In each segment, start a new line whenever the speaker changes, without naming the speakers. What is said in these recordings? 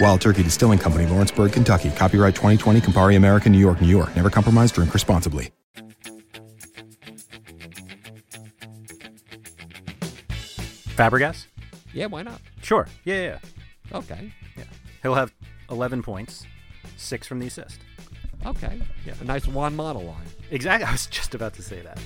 Wild Turkey Distilling Company, Lawrenceburg, Kentucky. Copyright 2020, Campari American, New York, New York. Never compromise, drink responsibly.
Fabregas?
Yeah, why not?
Sure. Yeah, yeah,
Okay.
yeah. He'll have 11 points, six from the assist.
Okay.
Yeah.
A nice Juan model line.
Exactly. I was just about to say that.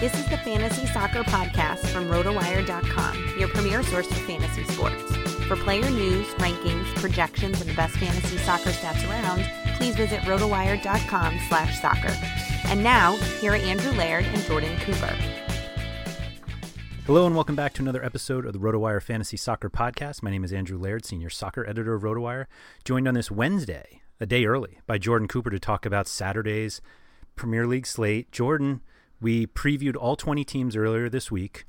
This is the Fantasy Soccer Podcast from RotoWire.com, your premier source for fantasy sports. For player news, rankings, projections, and the best fantasy soccer stats around, please visit RotoWire.com slash soccer. And now, here are Andrew Laird and Jordan Cooper.
Hello and welcome back to another episode of the RotoWire Fantasy Soccer Podcast. My name is Andrew Laird, senior soccer editor of RotoWire, joined on this Wednesday, a day early, by Jordan Cooper to talk about Saturday's Premier League slate. Jordan, we previewed all 20 teams earlier this week.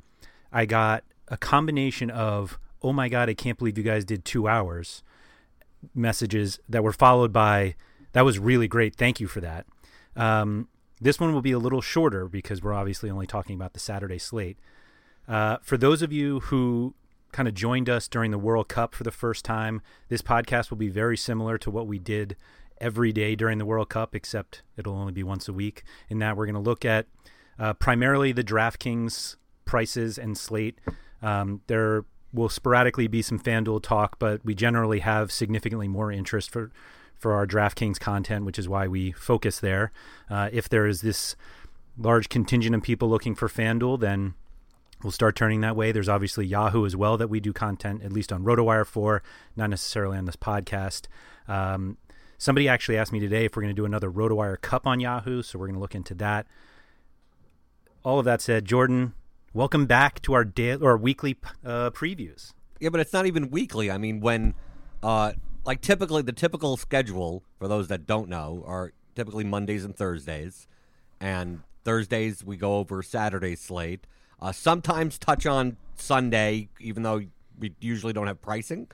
I got a combination of, oh my God, I can't believe you guys did two hours messages that were followed by, that was really great. Thank you for that. Um, this one will be a little shorter because we're obviously only talking about the Saturday slate. Uh, for those of you who kind of joined us during the World Cup for the first time, this podcast will be very similar to what we did every day during the World Cup, except it'll only be once a week. In that, we're going to look at uh, primarily the DraftKings prices and slate. Um, there will sporadically be some FanDuel talk, but we generally have significantly more interest for for our DraftKings content, which is why we focus there. Uh, if there is this large contingent of people looking for FanDuel, then we'll start turning that way. There's obviously Yahoo as well that we do content, at least on RotoWire for, not necessarily on this podcast. Um, somebody actually asked me today if we're going to do another RotoWire Cup on Yahoo, so we're going to look into that. All of that said, Jordan, welcome back to our daily or weekly uh, previews.
Yeah, but it's not even weekly. I mean, when, uh, like typically the typical schedule for those that don't know are typically Mondays and Thursdays, and Thursdays we go over Saturday's slate. Uh, sometimes touch on Sunday, even though we usually don't have pricing.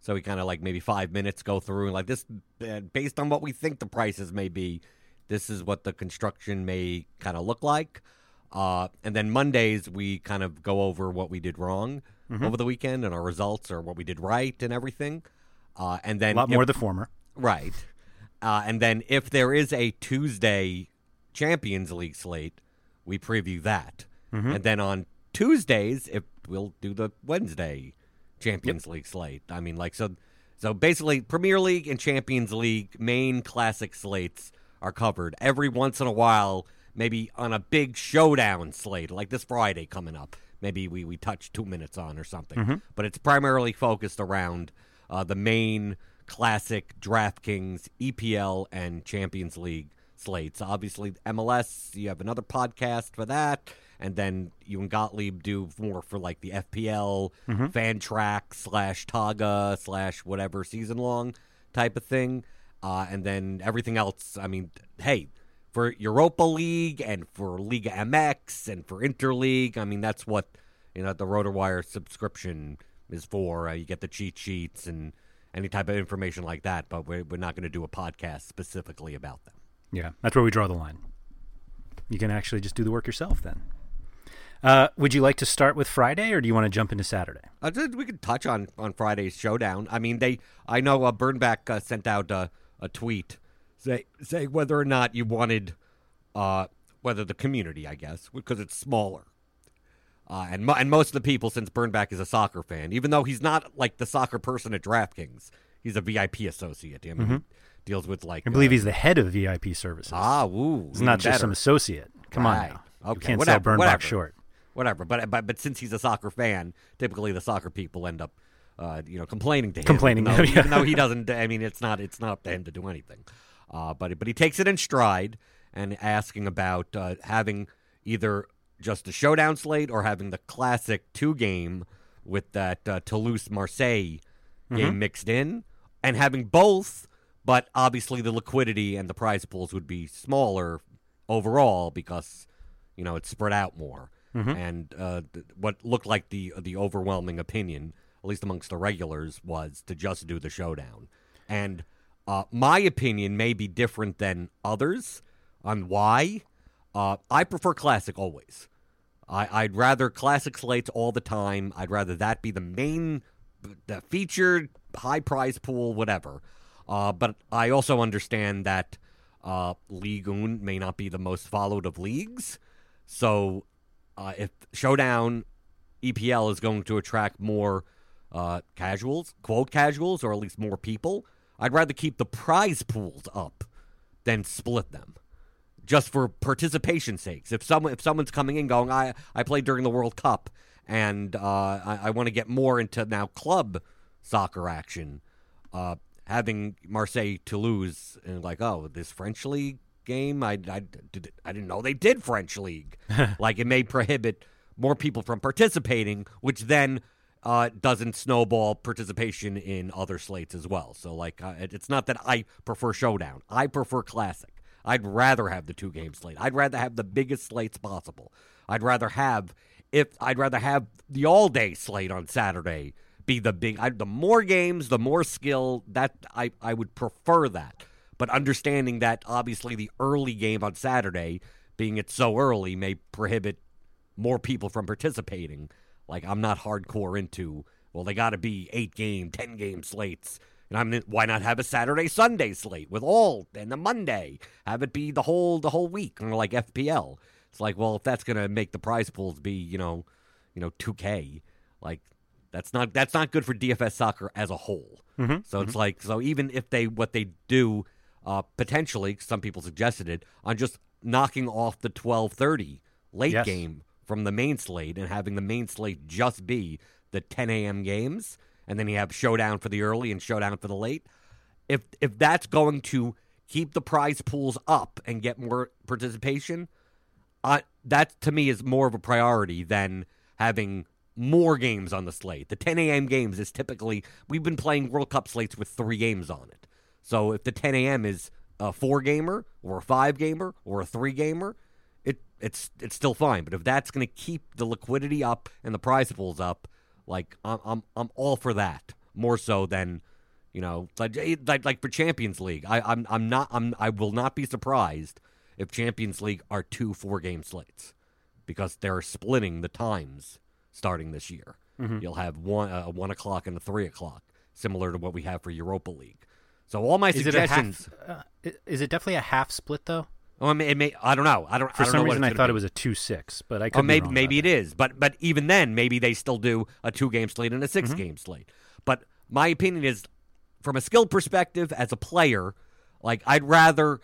So we kind of like maybe five minutes go through and like this, uh, based on what we think the prices may be, this is what the construction may kind of look like. Uh, and then Mondays, we kind of go over what we did wrong
Mm-hmm.
over the weekend and our results or what we did right and everything. Uh, and
A
then
lot
if-
more the former.
Right. Uh, and then if there is a Tuesday Champions League slate, we preview that.
and then on Tuesdays it we'll do the Wednesday Champions League slate. I mean, like so, so basically Premier League and Champions League main classic slates are covered every once in a while. Maybe on a big showdown slate like this Friday coming up, maybe we we touch two minutes on or something. But it's primarily focused around uh, the main classic DraftKings EPL and Champions League slates. Obviously, MLS, you have another podcast for that. And then you and Gottlieb do more for like the FPL, fan track slash Taga slash whatever season long type of thing. Uh, and then everything else. I mean, hey, for Europa League and for Liga MX and for Interleague, I mean, that's what you know the RotorWire subscription is for. Uh, you get the cheat sheets and any type of information like that. But we're, we're not going to do a podcast specifically about them.
Yeah, that's where we draw the line. You can actually just do the work yourself then. Uh, would you like to start with Friday, or do you want to jump into Saturday?
Uh, just- we could touch on on Friday's showdown. I mean, they. I know uh, Burnback uh, sent out uh, a tweet say saying whether or not you wanted, uh, whether the community, I guess, because it's smaller, uh, and mo- and most of the people, since Burnback is a soccer fan, even though he's not like the soccer person at DraftKings, he's a VIP associate. I mean, he deals with like
Mm-hmm. I believe
uh,
he's the head of VIP services.
ah woo.
He's not
even
just some
better.
associate. Come on
Right.
now. You
Okay,
can't
whatever,
sell Burnbach
whatever.
short.
whatever. But but but since he's a soccer fan, typically the soccer people end up, uh, you know, complaining to him.
Complaining,
even though,
yeah.
even though he doesn't. I mean, it's not it's not up to him to do anything. Uh, but but he takes it in stride and asking about uh, having either just a showdown slate or having the classic two game with that uh, Toulouse Marseille
Mm-hmm.
game mixed in and having both. But obviously, the liquidity and the prize pools would be smaller overall because you know it's spread out more and uh, th- what looked like the the overwhelming opinion at least amongst the regulars was to just do the showdown and uh, my opinion may be different than others on why uh, i prefer classic always I, I'd rather classic slates all the time. I'd rather that be the main, the featured high prize pool, whatever. Uh, but I also understand that uh, League Un may not be the most followed of leagues. So uh, if Showdown EPL is going to attract more uh, casuals, quote casuals, or at least more people, I'd rather keep the prize pools up than split them just for participation sakes. If someone if someone's coming in going, I I played during the World Cup and uh, I, I want to get more into now club soccer action, uh, having Marseille Toulouse and like oh this French league game I I, did, I didn't know they did French league like it may prohibit more people from participating, which then. Uh, doesn't snowball participation in other slates as well. So, like, uh, it- it's not that I prefer Showdown. I prefer Classic. I'd rather have the two game slate. I'd rather have the biggest slates possible. I'd rather have if I'd rather have the all day slate on Saturday be the big. I, the more games, the more skill. That I I would prefer that. But understanding that obviously the early game on Saturday, being it so early, may prohibit more people from participating. Like I'm not hardcore into. Well, they got to be eight game, ten game slates, and I'm why not have a Saturday Sunday slate with all and the Monday have it be the whole the whole week or like FPL. It's like well if that's gonna make the prize pools be you know, you know two K, like that's not that's not good for DFS soccer as a whole. So it's like so even if they what they do uh, potentially some people suggested it on just knocking off the twelve thirty late
Yes.
game game from the main slate and having the main slate just be the 10 a.m. games, and then you have showdown for the early and showdown for the late. If if that's going to keep the prize pools up and get more participation, uh, that to me is more of a priority than having more games on the slate. The 10 a.m. games is typically we've been playing World Cup slates with three games on it. So if the 10 a.m. is a four gamer or a five gamer or a three gamer, it it's it's still fine. But if that's going to keep the liquidity up and the prize pools up, like I'm I'm I'm all for that more so than you know, like eh, like, like for Champions League, I, I'm I'm not I'm I will not be surprised if Champions League are two four game slates because they're splitting the times starting this year.
Mm-hmm.
You'll have one a one o'clock and a three o'clock, similar to what we have for Europa League. So all my
Is it a
suggestions.
half? Uh, i- is it definitely a half split though?
Well, I mean, it may, I don't know. I don't.
For
I don't know
some
what
reason,
it's
I
gonna
thought
be.
it was a two six, but I could
Or
be
maybe
wrong
maybe
about
it is, but but even then, maybe they still do a two game slate and a 6
Mm-hmm.
game slate. But my opinion is, from a skill perspective, as a player, like I'd rather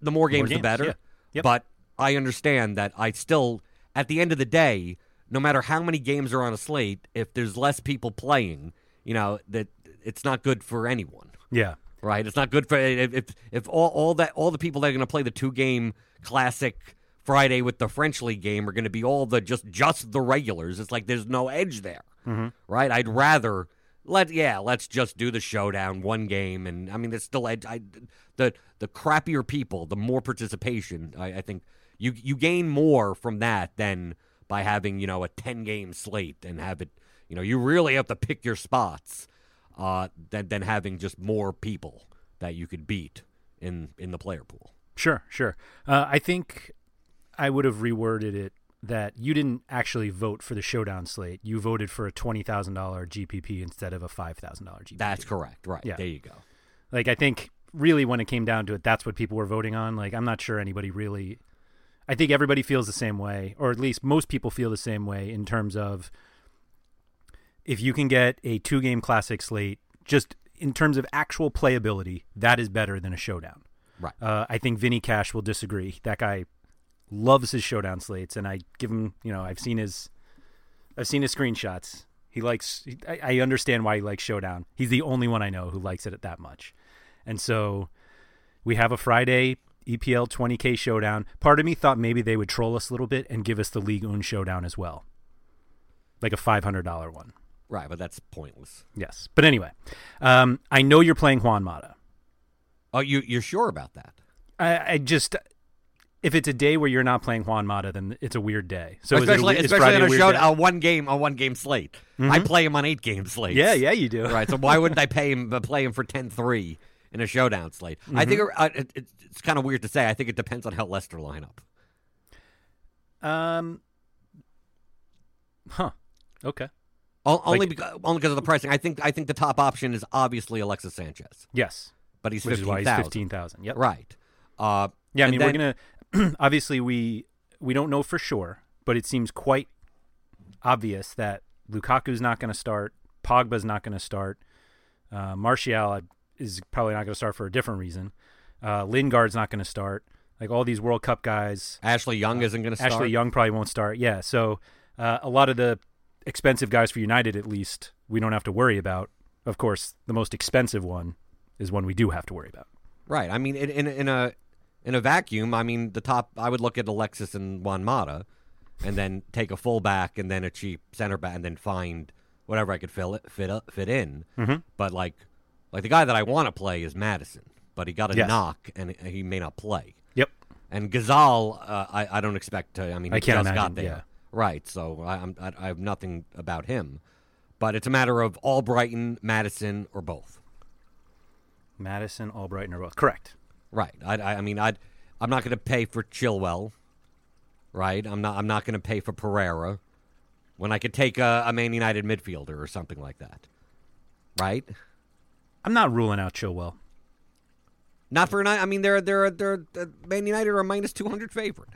the more games,
games,
the better.
yeah. Yep.
But I understand that I still, at the end of the day, no matter how many games are on a slate, if there's less people playing, you know that it's not good for anyone.
that. Yeah,
Right. It's not good for if if, if all, all that all the people that are going to play the two game classic Friday with the French league game are going to be all the just just the regulars. It's like there's no edge there.
Mm-hmm.
Right. I'd rather let yeah let's just do the showdown one game and I mean there's still edge. I the the crappier people the more participation I, I think you you gain more from that than by having you know a ten game slate and have it you know you really have to pick your spots uh, than than having just more people that you could beat in in the player pool.
sure, sure. Uh, I think I would have reworded it that you didn't actually vote for the showdown slate. You voted for a twenty thousand dollar GPP instead of a five thousand dollar GPP.
That's correct, right?
Yeah.
There you go.
Like I think really when it came down to it, that's what people were voting on. Like I'm not sure anybody really. I think everybody feels the same way, or at least most people feel the same way in terms of if you can get a two game classic slate, just in terms of actual playability, that is better than a showdown.
Right.
Uh, I think Vinny Cash will disagree. That guy loves his showdown slates, and I give him. You know, I've seen his, I've seen his screenshots. He likes. he- I, I understand why he likes showdown. He's the only one I know who likes it that much, and so we have a Friday E EPL 20k showdown. Part of me thought maybe they would troll us a little bit and give us the League Un showdown as well, like a five hundred dollar one.
Right, but that's pointless.
Yes, but anyway, um, I know you're playing Juan Mata.
Oh, you you're sure about that?
I, I just if it's a day where you're not playing Juan Mata, then it's a weird day. So
especially
is it, a we- is
especially
Friday
on a
weird
show
day? Mm-hmm.
a one game on one game slate. I play him on eight game slates.
Yeah, yeah, you do.
right. So why wouldn't I pay him uh, play him for 10-3 in a showdown slate? I think it,
Mm-hmm.
uh, it, it- it's kind of weird to say. I think it depends on how Leicester line up.
Um. Huh. Okay.
O- only because only because of the pricing. I think I think the top option is obviously Alexis Sanchez,
Yes.
but he's
Which is why he's
15,000.
fifteen thousand. Yep.
Right. Uh,
Yeah. I
and
mean,
then-
we're gonna obviously we we don't know for sure, but it seems quite obvious that Lukaku's not going to start. Pogba's not going to start. Uh, Martial is probably not going to start for a different reason. Uh, Lingard's not going to start. Like all these World Cup guys,
Ashley Young isn't going to start.
Ashley Young probably won't start. Yeah, so uh, a lot of the expensive guys for United, at least, we don't have to worry about. Of course, the most expensive one is one we do have to worry about.
Right. I mean, in, in in a in a vacuum, I mean, the top. I would look at Alexis and Juan Mata, and then take a fullback and then a cheap center back, and then find whatever I could fill it fit up, fit in.
Mm-hmm.
But like, like the guy that I want to play is Madison, but he got a
Yes.
knock and he may not play.
Yep.
And Gazal, uh, I I don't expect to. I mean,
I
he
can't
just got
imagine,
there.
yeah.
Right. So I, I'm I, I have nothing about him, but it's a matter of all Brighton, Madison, or both.
Madison, Albright, and both correct.
Right. I, I, I mean, I'd, I'm not going to pay for Chilwell. Right. I'm not. I'm not going to pay for Pereira when I could take a, a Man United midfielder or something like that. Right.
I'm not ruling out Chilwell.
Not for an. I mean, they're they're they're uh, Man United are a minus 200 favorite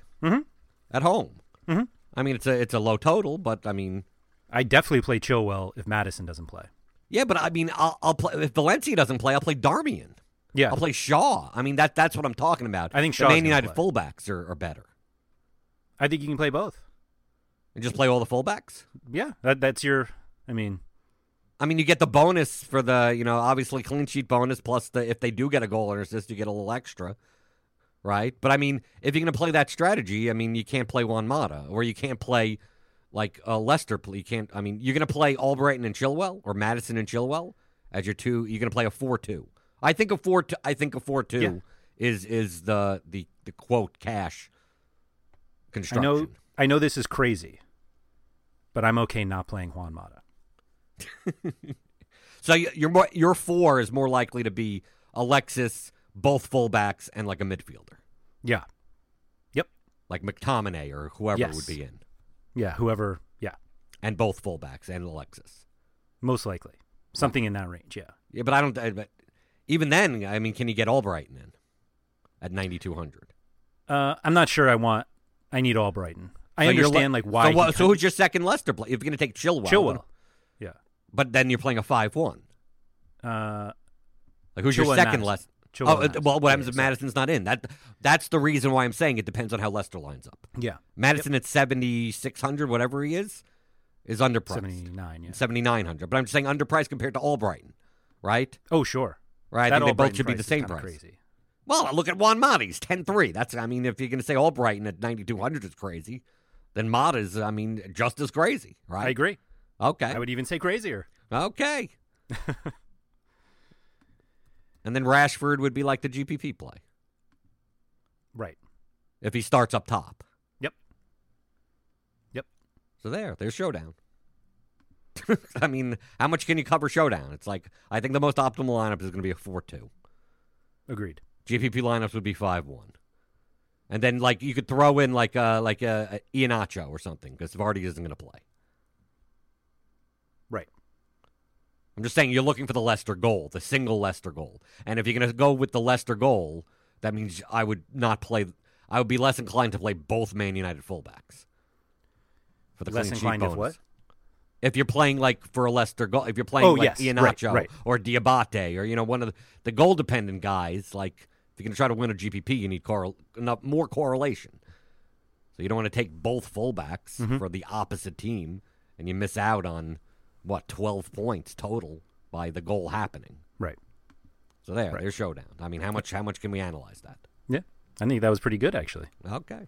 at home. Mm-hmm. I mean, it's a it's a low total, but I mean,
I definitely play Chilwell if Madison doesn't play.
yeah. But I mean, I'll, I'll play if Valencia doesn't play, I'll play Darmian.
Yeah.
I'll play Shaw. I mean, that that's what I'm talking about.
I think
The
Shaw's
Man
gonna
United
play.
fullbacks are, are better.
I think you can play both.
And just play all the fullbacks.
Yeah, that, that's your. I mean,
I mean, you get the bonus for the, you know, obviously clean sheet bonus plus the if they do get a goal or assist, you get a little extra, right? But I mean, if you're going to play that strategy, I mean, you can't play Juan Mata or you can't play like uh, Lester. You can't. I mean, you're going to play Albrighton and Chilwell or Madison and Chilwell as your two. You're going to play a four-two. I think a four. Two, I think a four-two
Yeah.
is is the the the quote cash
I
construction.
know, I know this is crazy, but I'm okay not playing Juan Mata.
So y- your mo- your four is more likely to be Alexis, both fullbacks, and like a midfielder,
Yeah,
like McTominay or whoever
Yes.
would be in,
yeah. Whoever, yeah,
and both fullbacks and Alexis.
most likely something in that range. Yeah.
Yeah, but I don't. I, but even then, I mean, can you get Albrighton in at ninety two hundred?
Uh, I'm not sure I want. I need all Brighton. I
So you're
understand
le-
like why.
So,
he
what, so
cut-
who's your second Leicester play? If you're going to take Chilwell,
Chilwell? Yeah.
but then you're playing a five-one.
Uh,
Like who's
Chilwell
your second
Madison.
Leicester?
Chilwell
oh,
Madison.
well, what
Yeah,
happens if
sorry.
Madison's not in? That that's the reason why I'm saying it depends on how Leicester lines up.
yeah.
Madison at seventy six hundred, whatever he is, is underpriced.
Seventy nine. Yeah.
Seventy nine hundred. But I'm just saying underpriced compared to All Brighton, right?
Oh sure.
Right. I
That
think they
All Brighton
both should be
price
the
is
same
kinda
price.
Crazy.
Well, look at Juan Mati's 10-3. That's I mean, if you're gonna say All Brighton at ninety two hundred is crazy, then Mott is I mean just as crazy, right?
I agree.
Okay.
I would even say crazier.
Okay. and then Rashford would be like the GPP play
Right.
if he starts up top.
Yep. Yep.
So there, there's Showdown. I mean, how much can you cover Showdown? It's like, I think the most optimal lineup is going to be a 4 2.
Agreed.
GPP lineups would be 5 1. And then, like, you could throw in, like, uh, like uh, uh, Ianacho or something because Vardy isn't going to play.
Right.
I'm just saying you're looking for the Leicester goal, the single Leicester goal. And if you're going to go with the Leicester goal, that means I would not play. I would be less inclined to play both Man United fullbacks for the
Less
clean sheet
inclined of
bonus.
what?
If you're playing like for a Leicester goal, if you're playing
Oh,
like
yes, right,
Iheanacho
right.
or Diabate or you know one of the, the goal dependent guys, like if you're going to try to win a GPP, you need correl- enough, more correlation. So you don't want to take both fullbacks
Mm-hmm.
for the opposite team, and you miss out on what twelve points total by the goal happening.
Right.
So there,
Right.
there's showdown. I mean, how much how much can we analyze that?
Yeah. I think that was pretty good actually.
Okay,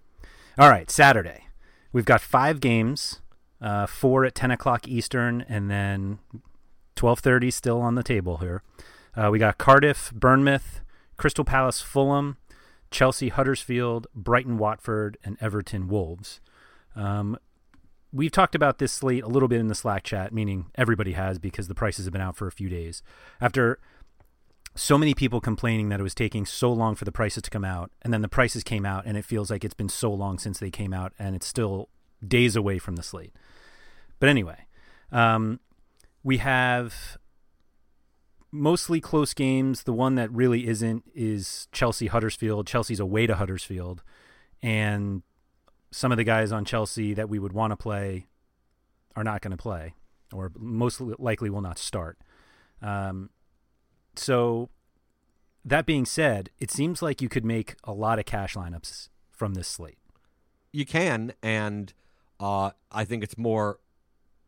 All right, Saturday. We've got five games, uh, four at 10 o'clock Eastern, and then 12.30 still on the table here. Uh, we got Cardiff, Bournemouth, Crystal Palace, Fulham, Chelsea, Huddersfield, Brighton, Watford, and Everton, Wolves. Um, we've talked about this slate a little bit in the Slack chat, meaning everybody has because the prices have been out for a few days. After so many people complaining that it was taking so long for the prices to come out and then the prices came out and it feels like it's been so long since they came out and it's still days away from the slate but anyway um, we have mostly close games the one that really isn't is chelsea huddersfield chelsea's away to huddersfield and some of the guys on chelsea that we would want to play are not going to play or most likely will not start um, so that being said, it seems like you could make a lot of cash lineups from this slate.
you can, and uh, I think it's more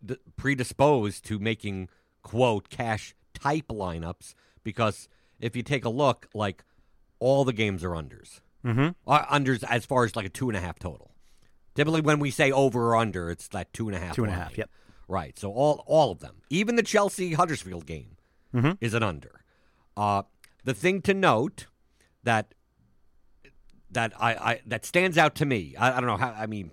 d- predisposed to making quote cash type lineups because if you take a look, like all the games are unders,
Mm-hmm.
uh, unders as far as like a two and a half total. Typically, when we say over or under, it's that two and a half.
Two and a
line.
half, yep.
Right. So all all of them, even the Chelsea Huddersfield game,
Mhm.
is an under. Uh, the thing to note that that I, I that stands out to me. I, I don't know how. I mean,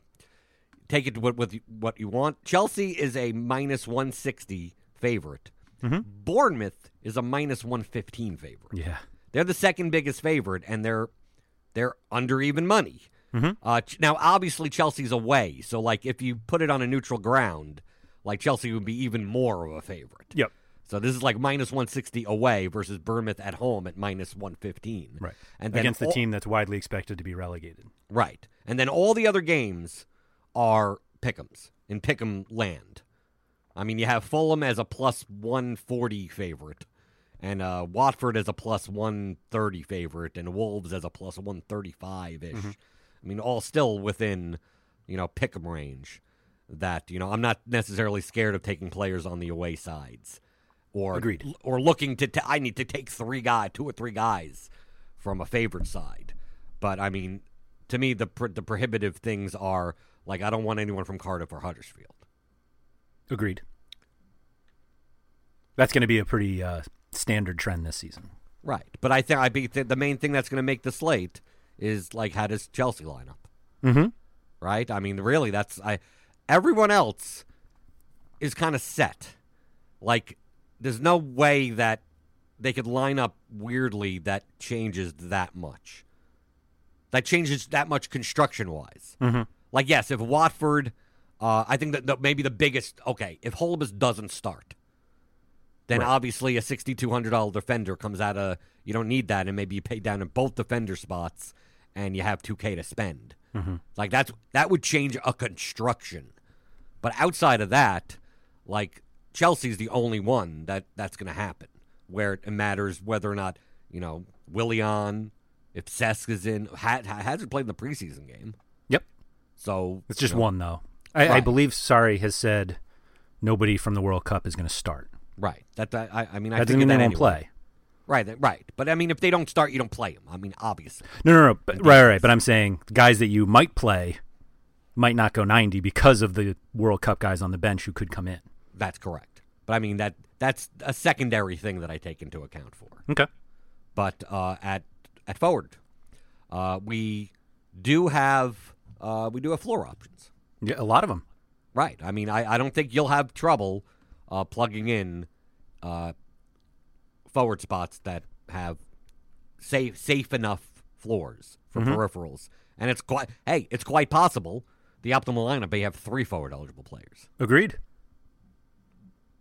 take it with, with what you want. Chelsea is a minus one sixty favorite. Bournemouth is a minus one fifteen favorite.
Yeah.
They're the second biggest favorite, and they're they're under even money.
Mm-hmm.
Uh, Ch- now, obviously, Chelsea's away, so like if you put it on a neutral ground, like Chelsea would be even more of a favorite.
Yep.
So this is like minus one sixty away versus Bournemouth at home at minus one fifteen.
Right.
and then
Against the
all-
team that's widely expected to be relegated.
Right. And then all the other games are pick'ems in pick'em land. I mean, you have Fulham as a plus 140 favorite, and uh, Watford as a plus 130 favorite, and Wolves as a plus 135 ish. I mean, all still within, you know, pick'em range. That you know, I'm not necessarily scared of taking players on the away sides, or
Agreed.
or looking to. T- I need to take three guy, two or three guys from a favorite side. But I mean, to me, the pr- the prohibitive things are like I don't want anyone from Cardiff or Huddersfield.
Agreed. That's going to be a pretty uh, standard trend this season.
Right. But I think I be th- the main thing that's going to make the slate is like how does Chelsea line up,
Mm-hmm.
right? I mean, really, that's I. Everyone else is kind of set. Like, there's no way that they could line up weirdly that changes that much. That changes that much construction wise. Like, yes, if Watford, uh, I think that the, maybe the biggest. Okay, if Holbus doesn't start, then
Right.
obviously a sixty-two hundred dollar defender comes out of. You don't need that, and maybe you pay down in both defender spots, and you have 2K to spend.
Mm-hmm.
Like that's that would change a construction. But outside of that, like Chelsea's the only one that that's going to happen where it matters whether or not, you know, Willian, if Sesk is in, ha- Ha- Hazard played in the preseason game.
Yep.
So
It's just
you know,
one though. I, I
Right.
believe Sari has said nobody from the World Cup is going to start.
Right. That, that I, I mean, I
that doesn't
think
mean
of
they
that
won't
anyway.
play.
Right, that- right. But I mean, if they don't start, you don't play them. I mean, obviously.
No, no, no. But, right, right, right. But I'm saying guys that you might play might not go 90 because of the World Cup guys on the bench who could come in.
That's correct. But I mean that that's a secondary thing that I take into account for.
Okay.
But uh, at at forward, uh, we do have uh, we do have floor options.
Yeah, a lot of them.
Right. I mean, I, I don't think you'll have trouble uh, plugging in uh, forward spots that have safe safe enough floors for
Mm-hmm.
peripherals. And it's quite hey, it's quite possible the optimal lineup may have three forward eligible players.
Agreed.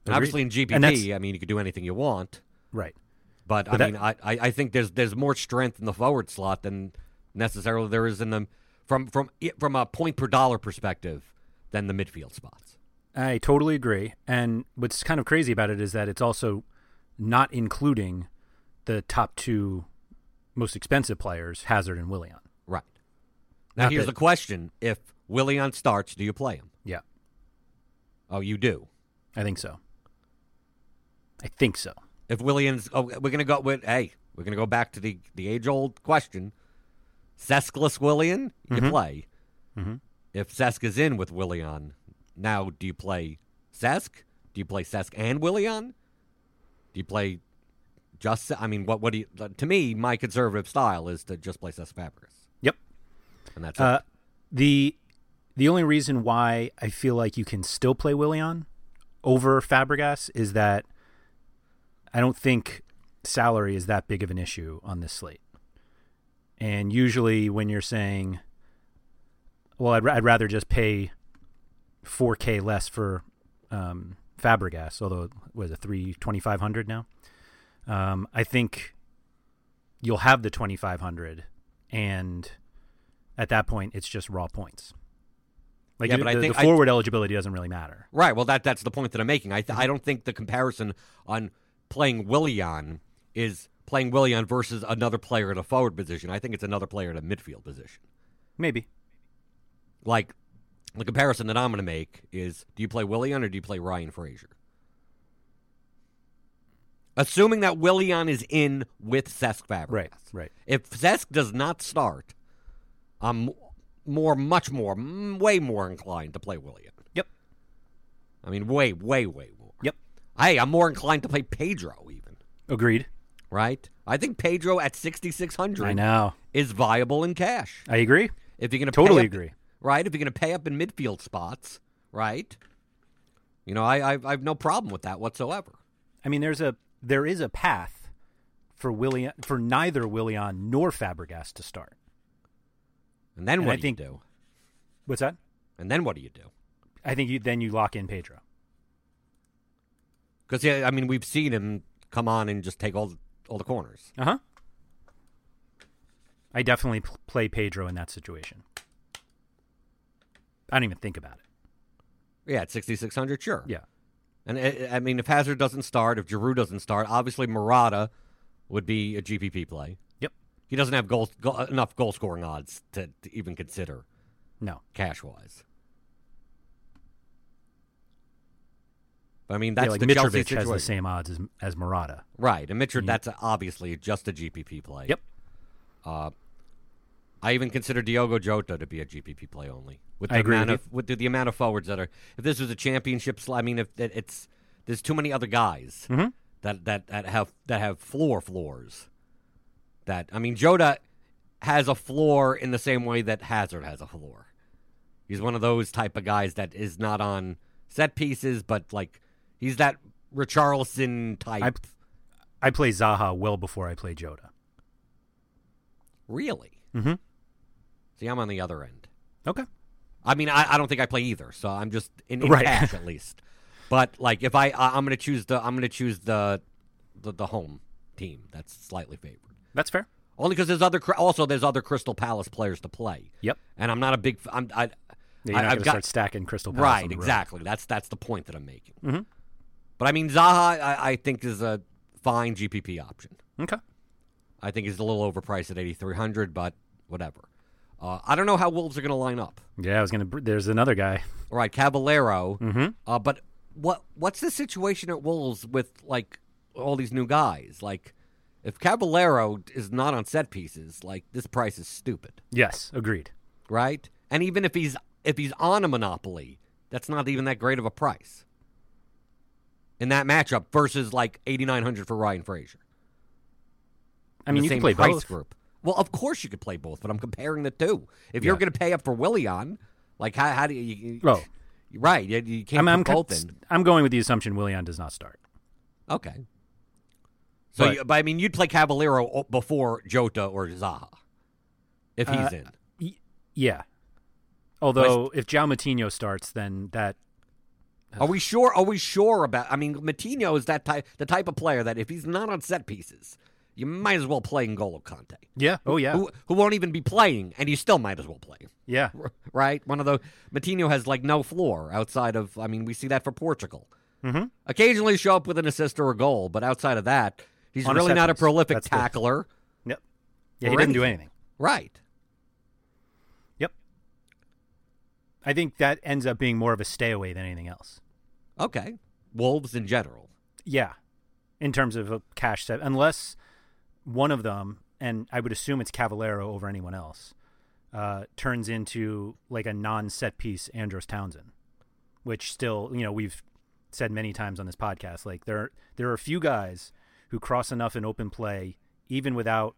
Agreed.
Obviously, in
And that's-
GPP, I mean, you could do anything you want,
right.
but,
But
I
that-
mean, I, I, I think there's there's more strength in the forward slot than necessarily there is in the from from from a point per dollar perspective than the midfield spots.
I totally agree. And what's kind of crazy about it is that it's also not including the top two most expensive players, Hazard and Willian.
Right. Now
Not
here's
that-
the question: If Willian starts, do you play him?
Yeah,
Oh, you do.
I think so. I think so.
If Willian's, oh, we're gonna go with hey, we're gonna go back to the the age old question: Seskless Willian, you play.
Mhm.
If Sesk is in with Willian, now do you play Sesk? Do you play Sesk and Willian? Do you play just? Se- I mean, what what do you? To me, my conservative style is to just play Sesk Fabregas,
Yep.
and that's
Uh,
it.
the the only reason why I feel like you can still play Willian over Fabregas is that I don't think salary is that big of an issue on this slate. And usually, when you're saying, "Well, I'd, ra- I'd rather just pay 4K less for um, Fabregas," although was it three twenty five hundred now? Um, I think you'll have the twenty five hundred, and at that point, it's just raw points. Like
Yeah,
you-
but I
the,
think
the
I-
forward eligibility doesn't really matter.
Right. Well, that that's the point that I'm making. I th-
Mm-hmm.
I don't think the comparison on playing Willian is playing Willian versus another player at a forward position. I think it's another player at a midfield position.
Maybe.
Like the comparison that I'm going to make is: Do you play Willian or do you play Ryan Frazier? Assuming that Willian is in with Cesc Fabregas,
Right, right.
If Cesc does not start, I'm more, much more, m- way more inclined to play Willian.
Yep.
I mean, way, way, way more.
Yep.
Hey, I'm more inclined to play Pedro even,
Agreed.
right? I think Pedro at 6600
I know.
is viable in cash.
I agree.
If you're going to
Totally
pay up,
agree.
right? If you're going to pay up in midfield spots, right? You know, I I've, I've no problem with that whatsoever.
I mean, there's a there is a path for Willian for neither Willian nor Fabregas to start.
And then
And
what
I
do
think-
you do?
What's that?
And then what do you do?
I think you then you lock in Pedro.
Because yeah, I mean, we've seen him come on and just take all the, all the corners.
Uh huh. I definitely pl- play Pedro in that situation. I don't even think about it.
Yeah, at 6600, sure.
Yeah.
And eh, I, I mean, if Hazard doesn't start, if Giroud doesn't start, obviously Murata would be a GPP play.
Yep.
He doesn't have goal, go, enough goal scoring odds to, to even consider
No.
cash wise. But I mean,
Yeah,
that's
like
the Chelsea
Mitrovic
situation.
has the same odds as as Murata.
Right, and Mitchell,
Yeah.
that's obviously just a GPP play.
Yep.
Uh, I even consider Diogo Jota to be a GPP play only. With the
I agree
amount
with
of with the, the amount of forwards that are, if this was a championship, sl- I mean, if it, it's there's too many other guys
Mhm.
that, that that have that have floor floors. That I mean, Jota has a floor in the same way that Hazard has a floor. He's one of those type of guys that is not on set pieces, but like he's that Richarlison type.
I I play Zaha well before I play Jota.
Really?
Mm-hmm.
See, I'm on the other end.
Okay.
I mean, I, I don't think I play either, so I'm just in, in
Right.
cash at least. But like, if I, I I'm gonna choose the I'm gonna choose the the, the home team that's slightly favored.
That's fair.
Only because there's other cr- also there's other Crystal Palace players to play.
Yep.
And I'm not a big. f- I'm. I,
Yeah, you're
I-
not
I've
going to
got-
start stacking Crystal Palace. on
Right,
the road. Mm-hmm.
exactly. That's that's the point that I'm making. But I mean, Zaha, I, I think is a fine GPP option.
Okay.
I think he's a little overpriced at 8,300, but whatever. Uh, I don't know how Wolves are going to line up.
Yeah, I was going to. There's another guy.
All right, Caballero.
Mm-hmm.
Uh, but what what's the situation at Wolves with like all these new guys? Like, if Caballero is not on set pieces, like this price is stupid,
Yes, agreed.
right? And even if he's if he's on a monopoly, that's not even that great of a price in that matchup versus like 8,900 for Ryan Frazier.
I
in
mean,
the
you can
same
play
price
both.
group. Well, of course you could play both, but I'm comparing the two. If you're
Yeah.
going to pay up for Willian, like how, how do you? you
Oh.
right. You, you can't
I'm, I'm,
put
con-
both in.
I'm going with the assumption Willian does not start.
Okay. So,
But-
you, but I mean, you'd play Caballero o- before Jota or Zaha if he's
Uh,
in.
Y- yeah. Although, if Jao Matinho starts, then that.
Are we sure? Are we sure about? I mean, Matinho is that type, the type of player that if he's not on set pieces, you might as well play N'Golo Conte,
Yeah. Oh, yeah.
who who won't even be playing, and you still might as well play him.
yeah.
R- right? One of the Matinho has like no floor outside of. I mean, we see that for Portugal.
Mhm.
Occasionally show up with an assist or a goal, but outside of that, he's
On a
really
set
not a
piece.
prolific
That's the-
tackler.
Yep. Yeah, he
Or
didn't do
anything.
anything.
Right.
Yep. I think that ends up being more of a stay away than anything else.
Okay. Wolves in general.
Yeah, in terms of a cash set, unless one of them, and I would assume it's Cavallero over anyone else, uh, turns into like a non-set piece Andros Townsend, which still, you know, we've said many times on this podcast, like there there are a few guys who cross enough in open play, even without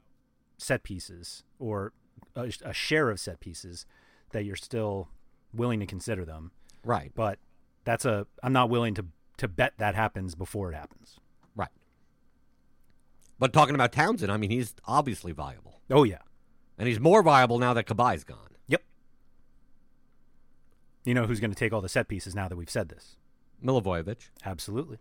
set pieces or a, a share of set pieces, that you're still willing to consider them
Right.
but that's a I'm not willing to to bet that happens before it happens.
Right. But talking about Townsend, I mean, he's obviously viable,
Oh yeah.
and he's more viable now that Kabai's gone.
Yep. You know who's going to take all the set pieces now that we've said this?
Milivojevic.
Absolutely.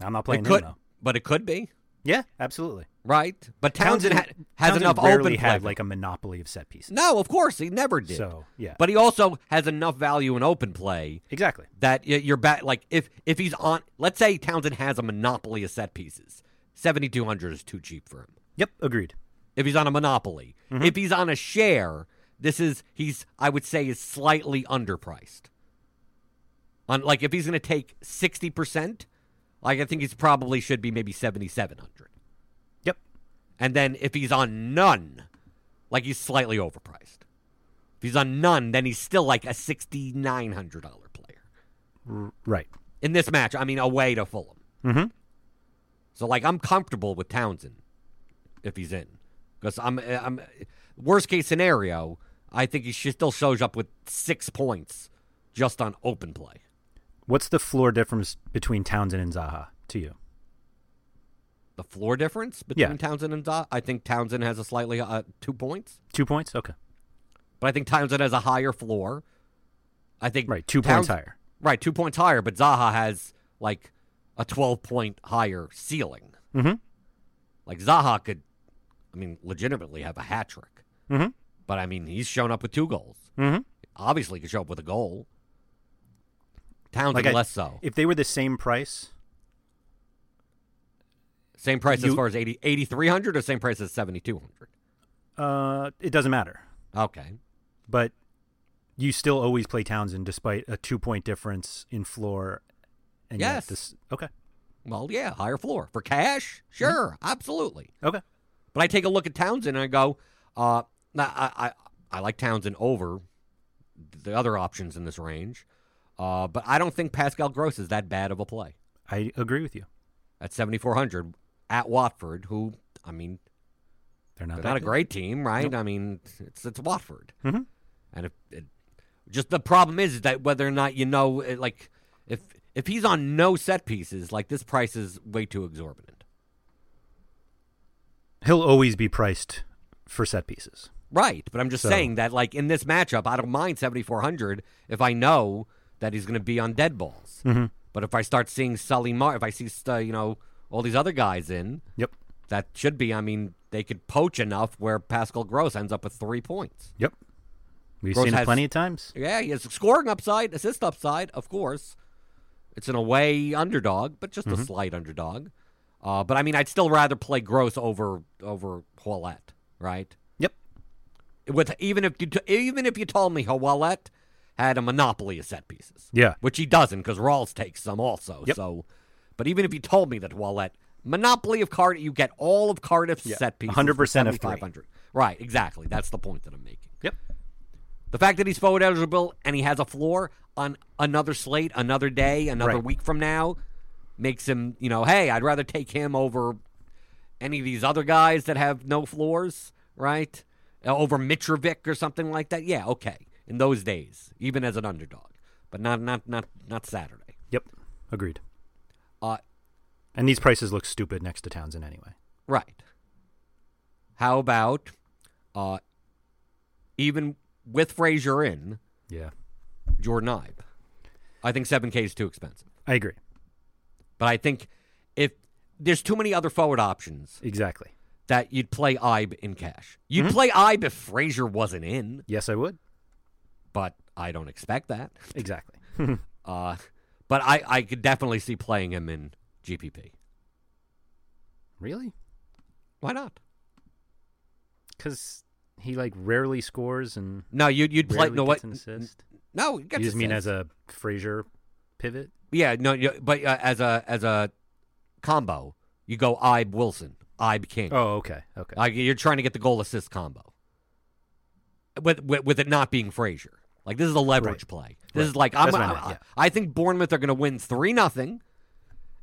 I'm not
It
playing
could,
him though.
but it could be
Yeah, absolutely.
right. But Townsend, ha- has
Townsend
enough
rarely
open
had
play.
like a monopoly of set pieces.
no, of course he never did.
So yeah,
But he also has enough value in open play
exactly.
that y- you're back. Like if if he's on, let's say Townsend has a monopoly of set pieces, seventy two hundred is too cheap for him.
Yep, agreed.
if he's on a monopoly. If he's on a share, this is he's I would say is slightly underpriced. On like if he's going to take 60%, like I think he's probably should be maybe 7700.
Yep.
And then if he's on none, like he's slightly overpriced. If he's on none, then he's still like a $6900 player.
Right.
In this match, I mean away to Fulham.
Mhm.
So like I'm comfortable with Townsend if he's in because I'm I'm worst case scenario I think he should still shows up with six points just on open play.
What's the floor difference between Townsend and Zaha to you?
The floor difference between
Yeah.
Townsend and Zaha, I think Townsend has a slightly uh, two points,
Two points? Okay.
but I think Townsend has a higher floor. I think
Right. Two
Towns-
points higher.
Right, two points higher, but Zaha has like a twelve point higher ceiling.
Mm-hmm.
Like Zaha could, I mean, legitimately have a hat trick.
Mm-hmm.
But I mean, he's shown up with two goals.
Mm-hmm.
Obviously, he could show up with a goal. Townsend
I-
less so.
If they were the same price,
same price as
you-
far as 80 8,300 or same price as 7,200?
uh, it doesn't matter.
Okay.
but you still always play Townsend despite a two point difference in floor. And yet
Yes.
This, okay.
Well, yeah, higher floor. For cash? Sure,
Mm-hmm.
absolutely.
Okay.
But I take a look at Townsend and I go, uh, nah, I, I, I like Townsend over the other options in this range. Uh, but I don't think Pascal Gross is that bad of a play.
I agree with you.
At 7,400 at Watford, who, I mean,
They're not
They're
that
not a
good.
great team, right? I mean, it's it's Watford,
Mhm.
and if it, just the problem is that whether or not you know, eh, like if if he's on no set pieces, like this price is way too exorbitant,
He'll always be priced for set pieces.
right? But I'm just
So-
saying that, like in this matchup, I don't mind 7,400 if I know that he's going to be on dead balls.
Mhm.
But if I start seeing Sully Mar, if I see uh, you know all these other guys in,
Yep.
that should be. I mean, they could poach enough where Pascal Gross ends up with three points.
Yep. We've
Gross
seen it
has-
plenty of times.
Yeah, he has scoring upside, assist upside, of course. It's an away underdog, but just
Mm-hmm.
a slight underdog. Uh, but I mean, I'd still rather play Gross over over Howlett, right?
Yep.
With even if you t- even if you told me Howlett had a monopoly of set pieces,
Yeah.
which he doesn't because Rawls takes some also.
Yep.
So, but even if you told me that Howlett monopoly of Cardiff, you get all of Cardiff's set pieces,
100% of three.
five hundred. Right, exactly. That's the point that I'm making.
Yep.
The fact that he's forward eligible and he has a floor on another slate, another day, another
Right.
week from now makes him, you know, hey, I'd rather take him over any of these other guys that have no floors, right? Uh, Over Mitrovic or something like that. Yeah, okay. In those days, even as an underdog, but not not not not Saturday.
Yep. Agreed.
Uh,
And these prices look stupid next to Townsend anyway.
Right. How about uh even with Frazier in,
Yeah.
Jordan Ibe? I think 7K is too expensive.
I agree.
But I think if there's too many other forward options
Exactly.
that you'd play Ibe in cash. You'd
Hmm?
play Ibe if Frazier wasn't in,
Yes, I would.
but I don't expect that.
Exactly.
Uh, but I, I could definitely see playing him in GPP.
really?
Why not?
Because he like rarely scores and
No, you'd you'd play
rarely
no
gets
what?
an assist.
No, you
You just mean as a Frazier pivot?
yeah no, you, but uh, as a as a combo, you go Ibe Wilson, Ibe King.
Oh, okay. Okay.
Like you're trying to get the goal assist combo. With, with with it not being Frazier. Like this is a leverage
Right.
play. This
Right.
is like
That's
I'm,
what I
I,
meant, yeah.
I think Bournemouth are going to win 3 nothing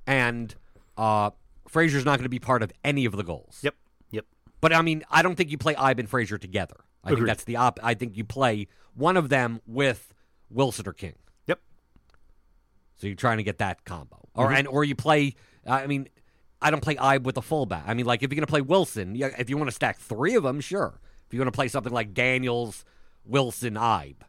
and uh Frazier's not going to be part of any of the goals.
yep. Yep.
But I mean, I don't think you play Ibe and Frazier together. I
Agreed.
think that's the op I think you play one of them with Wilson or King.
Yep.
So you're trying to get that combo,
Mm-hmm.
or and or you play. I mean, I don't play Ibe with a fullback. I mean, like if you're gonna play Wilson, yeah, if you want to stack three of them, sure. If you're gonna play something like Daniels, Wilson, Ibe,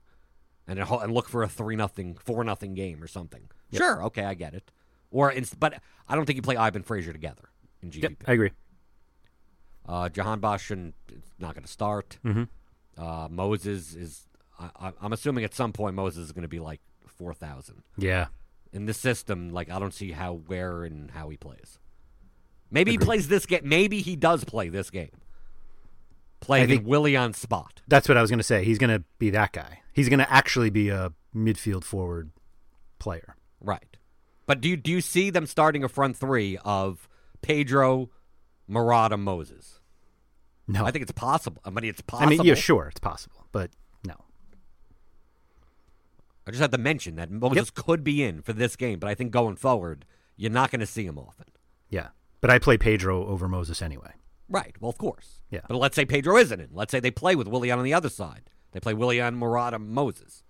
and then ho- and look for a three nothing, four nothing game or something, sure, okay, I get it. Or in, but I don't think you play Ibe and Frazier together in GPP.
Yep. I agree.
Uh, Jahan Bosch and it's not going to start.
Mm-hmm.
Uh, Moses is. I, I- I'm assuming at some point Moses is going to be like four thousand
Yeah.
in this system, like I don't see how, where, and how he plays. Maybe he plays this game. Maybe he does play this game. Playing
think-
in Willie on spot.
That's what I was going to say. He's going to be that guy. He's going to actually be a midfield forward player.
Right. But do you, do you see them starting a front three of Pedro, Murata, Moses?
No.
I think it's possible. I mean, it's possible.
I mean, yeah, sure, it's possible, but no.
I just have to mention that Moses could be in for this game, but I think going forward, you're not going to see him often.
Yeah. But I play Pedro over Moses anyway.
Right. Well, of course.
Yeah.
But let's say Pedro isn't in. Let's say they play with Willian on the other side. They play Willian, Murata, Moses.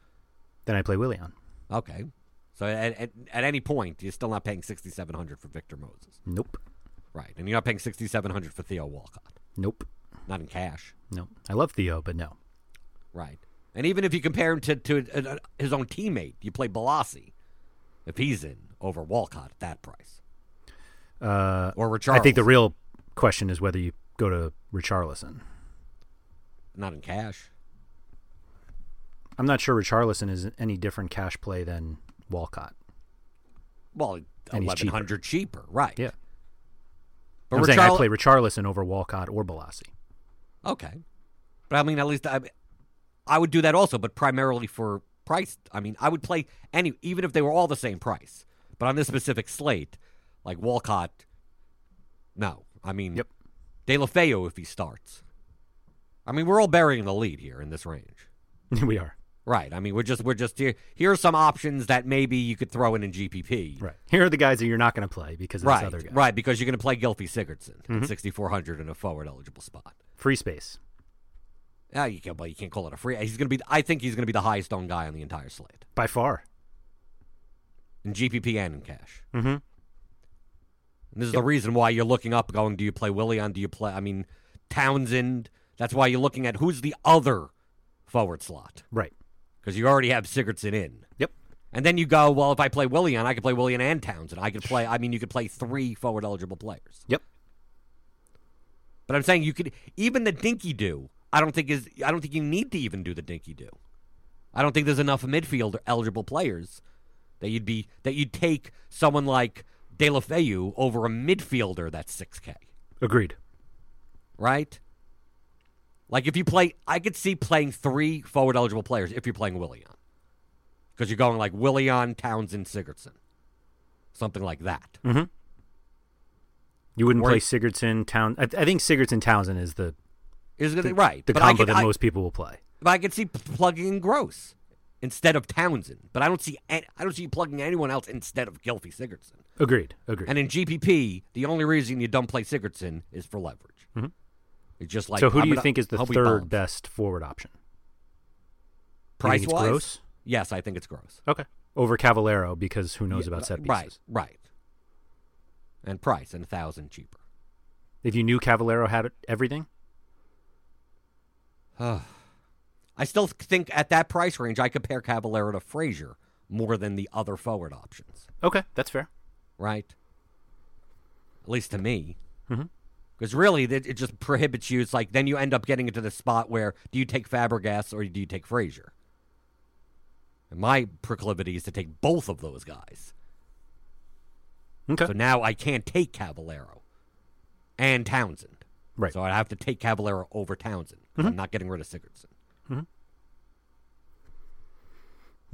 Then I play Willian.
Okay. So at, at, at any point, you're still not paying 6700 for Victor Moses.
Nope.
Right. And you're not paying 6700 for Theo Walcott.
Nope.
Not in cash.
Nope. I love Theo, but no.
Right. And even if you compare him to, to uh, his own teammate, you play Bellassi, if he's in, over Walcott at that price.
Uh,
Or
I think the
Richarlison.
real question is whether you go to Richarlison.
Not in cash.
I'm not sure Richarlison is any different cash play than Walcott.
Well,
And he's cheaper.
1100 cheaper. Right.
Yeah.
But
I'm saying I
Richarli-
play Richarlison over Walcott or Bellassi.
Okay. But I mean, at least I, I would do that also, but primarily for price. I mean, I would play any, even if they were all the same price. But on this specific slate, like Walcott, no. I mean,
Yep.
De La Feo if he starts. I mean, we're all burying the lead here in this range,
we are.
right? I mean, we're just we're just here. Here are some options that maybe you could throw in in GPP,
Right. Here are the guys that you're not going to play because of
Right,
this other guy. Mm-hmm.
right, because you're going to play Gilfy Sigurdsson at 6,400 in a forward eligible spot.
Free space.
Yeah, Ah, you can't. But you can't call it a free. He's gonna be. I think he's gonna be the highest owned guy on the entire slate
By far.
in GPP and in cash.
Mm-hmm.
And this is the reason why you're looking up, going, do you play Willian? Do you play? I mean, Townsend. That's why you're looking at who's the other forward slot
Right.
because you already have Sigurdsson in,
Yep.
and then you go, well, if I play Willian, I could play Willian and Townsend. I could play. I mean, you could play three forward eligible players.
Yep.
But I'm saying you could even the dinky do. I don't think is I don't think you need to even do the dinky do. I don't think there's enough midfield eligible players that you'd be that you'd take someone like De La Feu over a midfielder that's six K,
Agreed.
right? Like if you play I could see playing three forward eligible players if you're playing Willian. Because you're going like Willian, Townsend, Sigurdsson. Something like that.
You wouldn't
Or-
play Sigurdsson Town. I, I think Sigurdsson Townsend is the
Is it right?
the
but I
combo
could,
that
I-
most people will play.
But I could see p- plugging in Gross instead of Townsend. But I don't see an- I don't see you plugging anyone else instead of Gilfy Sigurdsson.
Agreed. Agreed.
And in GPP, the only reason you don't play Sigurdsson is for leverage. It's just like
Mm-hmm. so who
I'm
do you
gonna-
think is the
hope he
third
bombs.
best forward option? You
price
think it's
wise?
Gross?
Yes, I think it's Gross.
Okay. Over Cavallero because who knows
Yeah,
about set pieces.
Right, right. And price and a thousand cheaper.
If you knew Cavallero had everything,
I still think at that price range, I compare Caballero to Frazier more than the other forward options.
okay, that's fair.
right? At least to me. Because really, it, it just prohibits you. It's like then you end up getting into the spot where do you take Fabregas or do you take Frazier? And my proclivity is to take both of those guys.
Okay.
So now I can't take Cavallero and Townsend.
Right.
So I have to take Cavallero over Townsend. 'cause I'm not getting rid of Sigurdsson.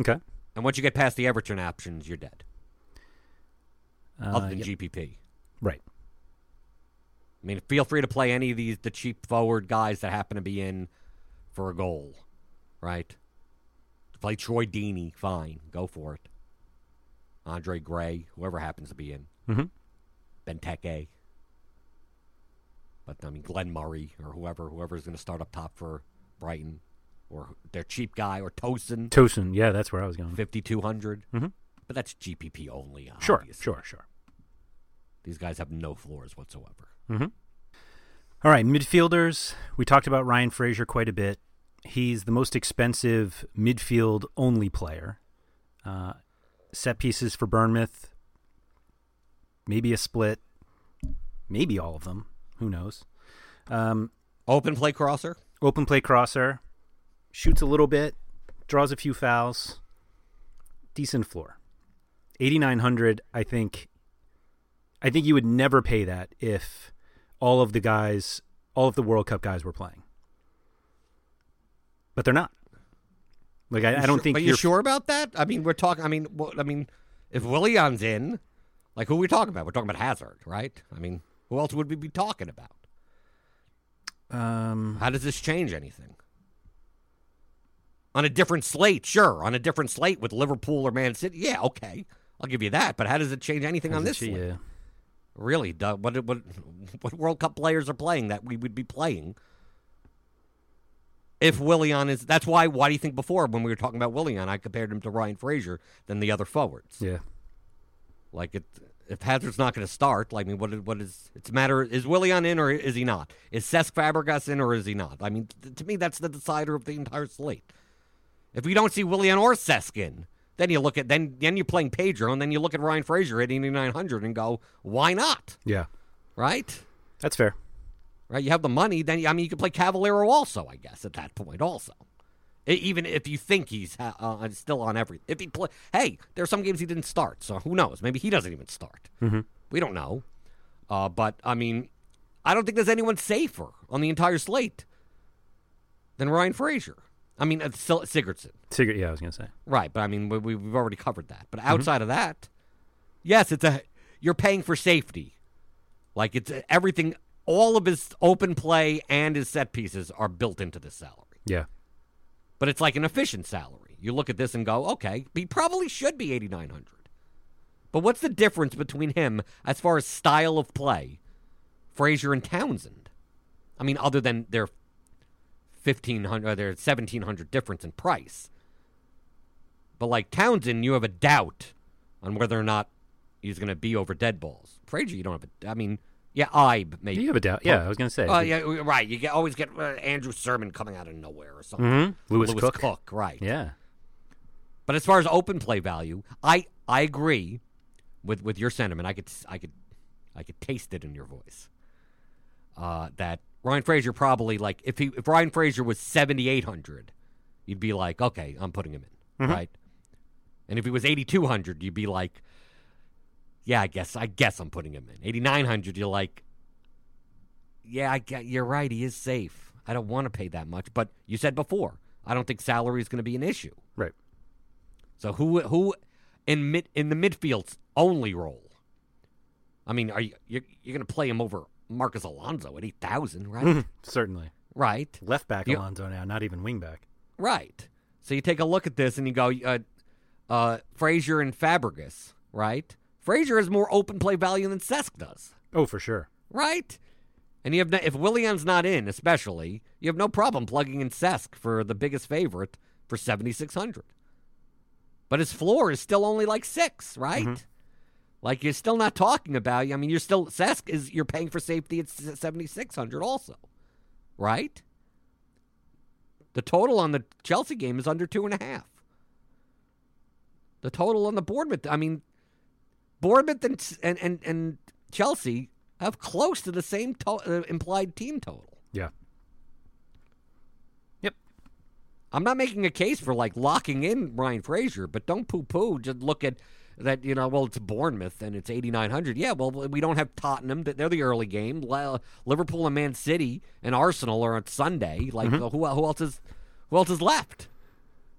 okay.
And once you get past the Everton options, you're dead. other
Uh,
than
yeah,
GPP.
Right.
I mean, feel free to play any of these the cheap forward guys that happen to be in for a goal, right? Play Troy Deeney, fine, go for it. Andre Gray, whoever happens to be in,
Mhm.
Benteke, but I mean Glenn Murray or whoever, whoever's going to start up top for Brighton, or their cheap guy or Tosin,
Tosin. Yeah, that's where I was going.
fifty two hundred.
Mhm.
But that's GPP only.
Sure.
obviously.
Sure. Sure.
These guys have no floors whatsoever.
All right, midfielders. We talked about Ryan Frazier quite a bit. He's the most expensive midfield only player. Uh, set pieces for Bournemouth, maybe a split, maybe all of them. Who knows? Um,
Open play crosser.
open play crosser, shoots a little bit, draws a few fouls, decent floor. 8900, I think I think you would never pay that if all of the guys, all of the World Cup guys were playing. But they're not. Like I, I don't
sure-
think
But you
you're
sure about that? I mean, we're talking. I mean, well, I mean, if Willian's in, like, who are we talking about? We're talking about Hazard, right? I mean, who else would we be talking about?
um
How does this change anything? On a different slate, sure. On a different slate with Liverpool or Man City, yeah, okay, I'll give you that. But how does it change anything on
hasn't
this
she,
slate?
uh,
Really? duh, What, what what World Cup players are playing that we would be playing? If Willian is, that's why. Why do you think before when we were talking about Willian, I compared him to Ryan Frazier than the other forwards?
yeah.
Like it, if Hazard's not going to start, like I mean, what is what is? It's a matter is Willian in or is he not? Is Cesc Fabregas in or is he not? I mean, th- to me, that's the decider of the entire slate. If we don't see Willian or Cesc in, then you look at then then you're playing Pedro, and then you look at Ryan Frazier at 8900 and go, why not?
Yeah.
Right?
That's fair.
right? You have the money, then you- I mean, you can play Cavallero also, I guess, at that point also. E- even if you think he's ha- uh, still on every, if he play, hey, there are some games he didn't start, so who knows? Maybe he doesn't even start. We don't know. Uh, but I mean, I don't think there's anyone safer on the entire slate than Ryan Frazier. I mean, uh, Sil- Sigurdsson.
Cigarette, yeah, I was going to say.
Right, but I mean, we, we- we've already covered that. But outside of that, yes, it's a you're paying for safety. Like it's a- everything. All of his open play and his set pieces are built into the salary.
Yeah.
But it's like an efficient salary. You look at this and go, okay, he probably should be eighty nine hundred. But what's the difference between him as far as style of play, Frazier and Townsend? I mean, other than their fifteen hundred, their seventeen hundred difference in price. But like Townsend, you have a doubt on whether or not he's going to be over dead balls. Frazier, you don't have a. I mean, yeah, I maybe.
You have a doubt. Yeah, I was going to say.
Oh yeah, right. You get, always get uh, Andrew Sermon coming out of nowhere or something.
Mhm. Lewis Cook.
right?
Yeah.
But as far as open play value, I I agree with with your sentiment. I could s- I could I could taste it in your voice. uh, that Ryan Frazier probably like if he if Ryan Frazier was seventy eight hundred, you'd be like, okay, I'm putting him in, right? And if he was eighty two hundred, you'd be like, yeah, I guess I guess I'm putting him in. Eighty nine hundred, you're like, yeah, I get, you're right. He is safe. I don't want to pay that much, but you said before, I don't think salary is going to be an issue.
Right.
So who who in mid in the midfield's only role? I mean, are you you're, you're going to play him over Marcus Alonso at eight thousand,
Mm-hmm.
right?
Certainly.
right,
Left back
You-
Alonso now, not even wing back.
right. So you take a look at this and you go, uh, uh, Frazier and Fabregas, right? Frazier has more open play value than Sesk does,
Oh, for sure.
right? And you have no, if Willian's not in, especially, you have no problem plugging in Sesk for the biggest favorite for seventy six hundred. But his floor is still only like six, right? Like you're still not talking about. I mean, you're still Sesk is you're paying for safety at seventy six hundred also, right? The total on the Chelsea game is under two and a half. The total on the Bournemouth, I mean, Bournemouth and and and, and Chelsea have close to the same to- uh, implied team total.
Yeah. Yep.
I'm not making a case for like locking in Ryan Frazier, but don't poo poo. Just look at that, you know, well, it's Bournemouth and it's 8,900. Yeah, well, we don't have Tottenham. They're the early game. La- Liverpool and Man City and Arsenal are on Sunday. Like, uh, who, who else is who else is left?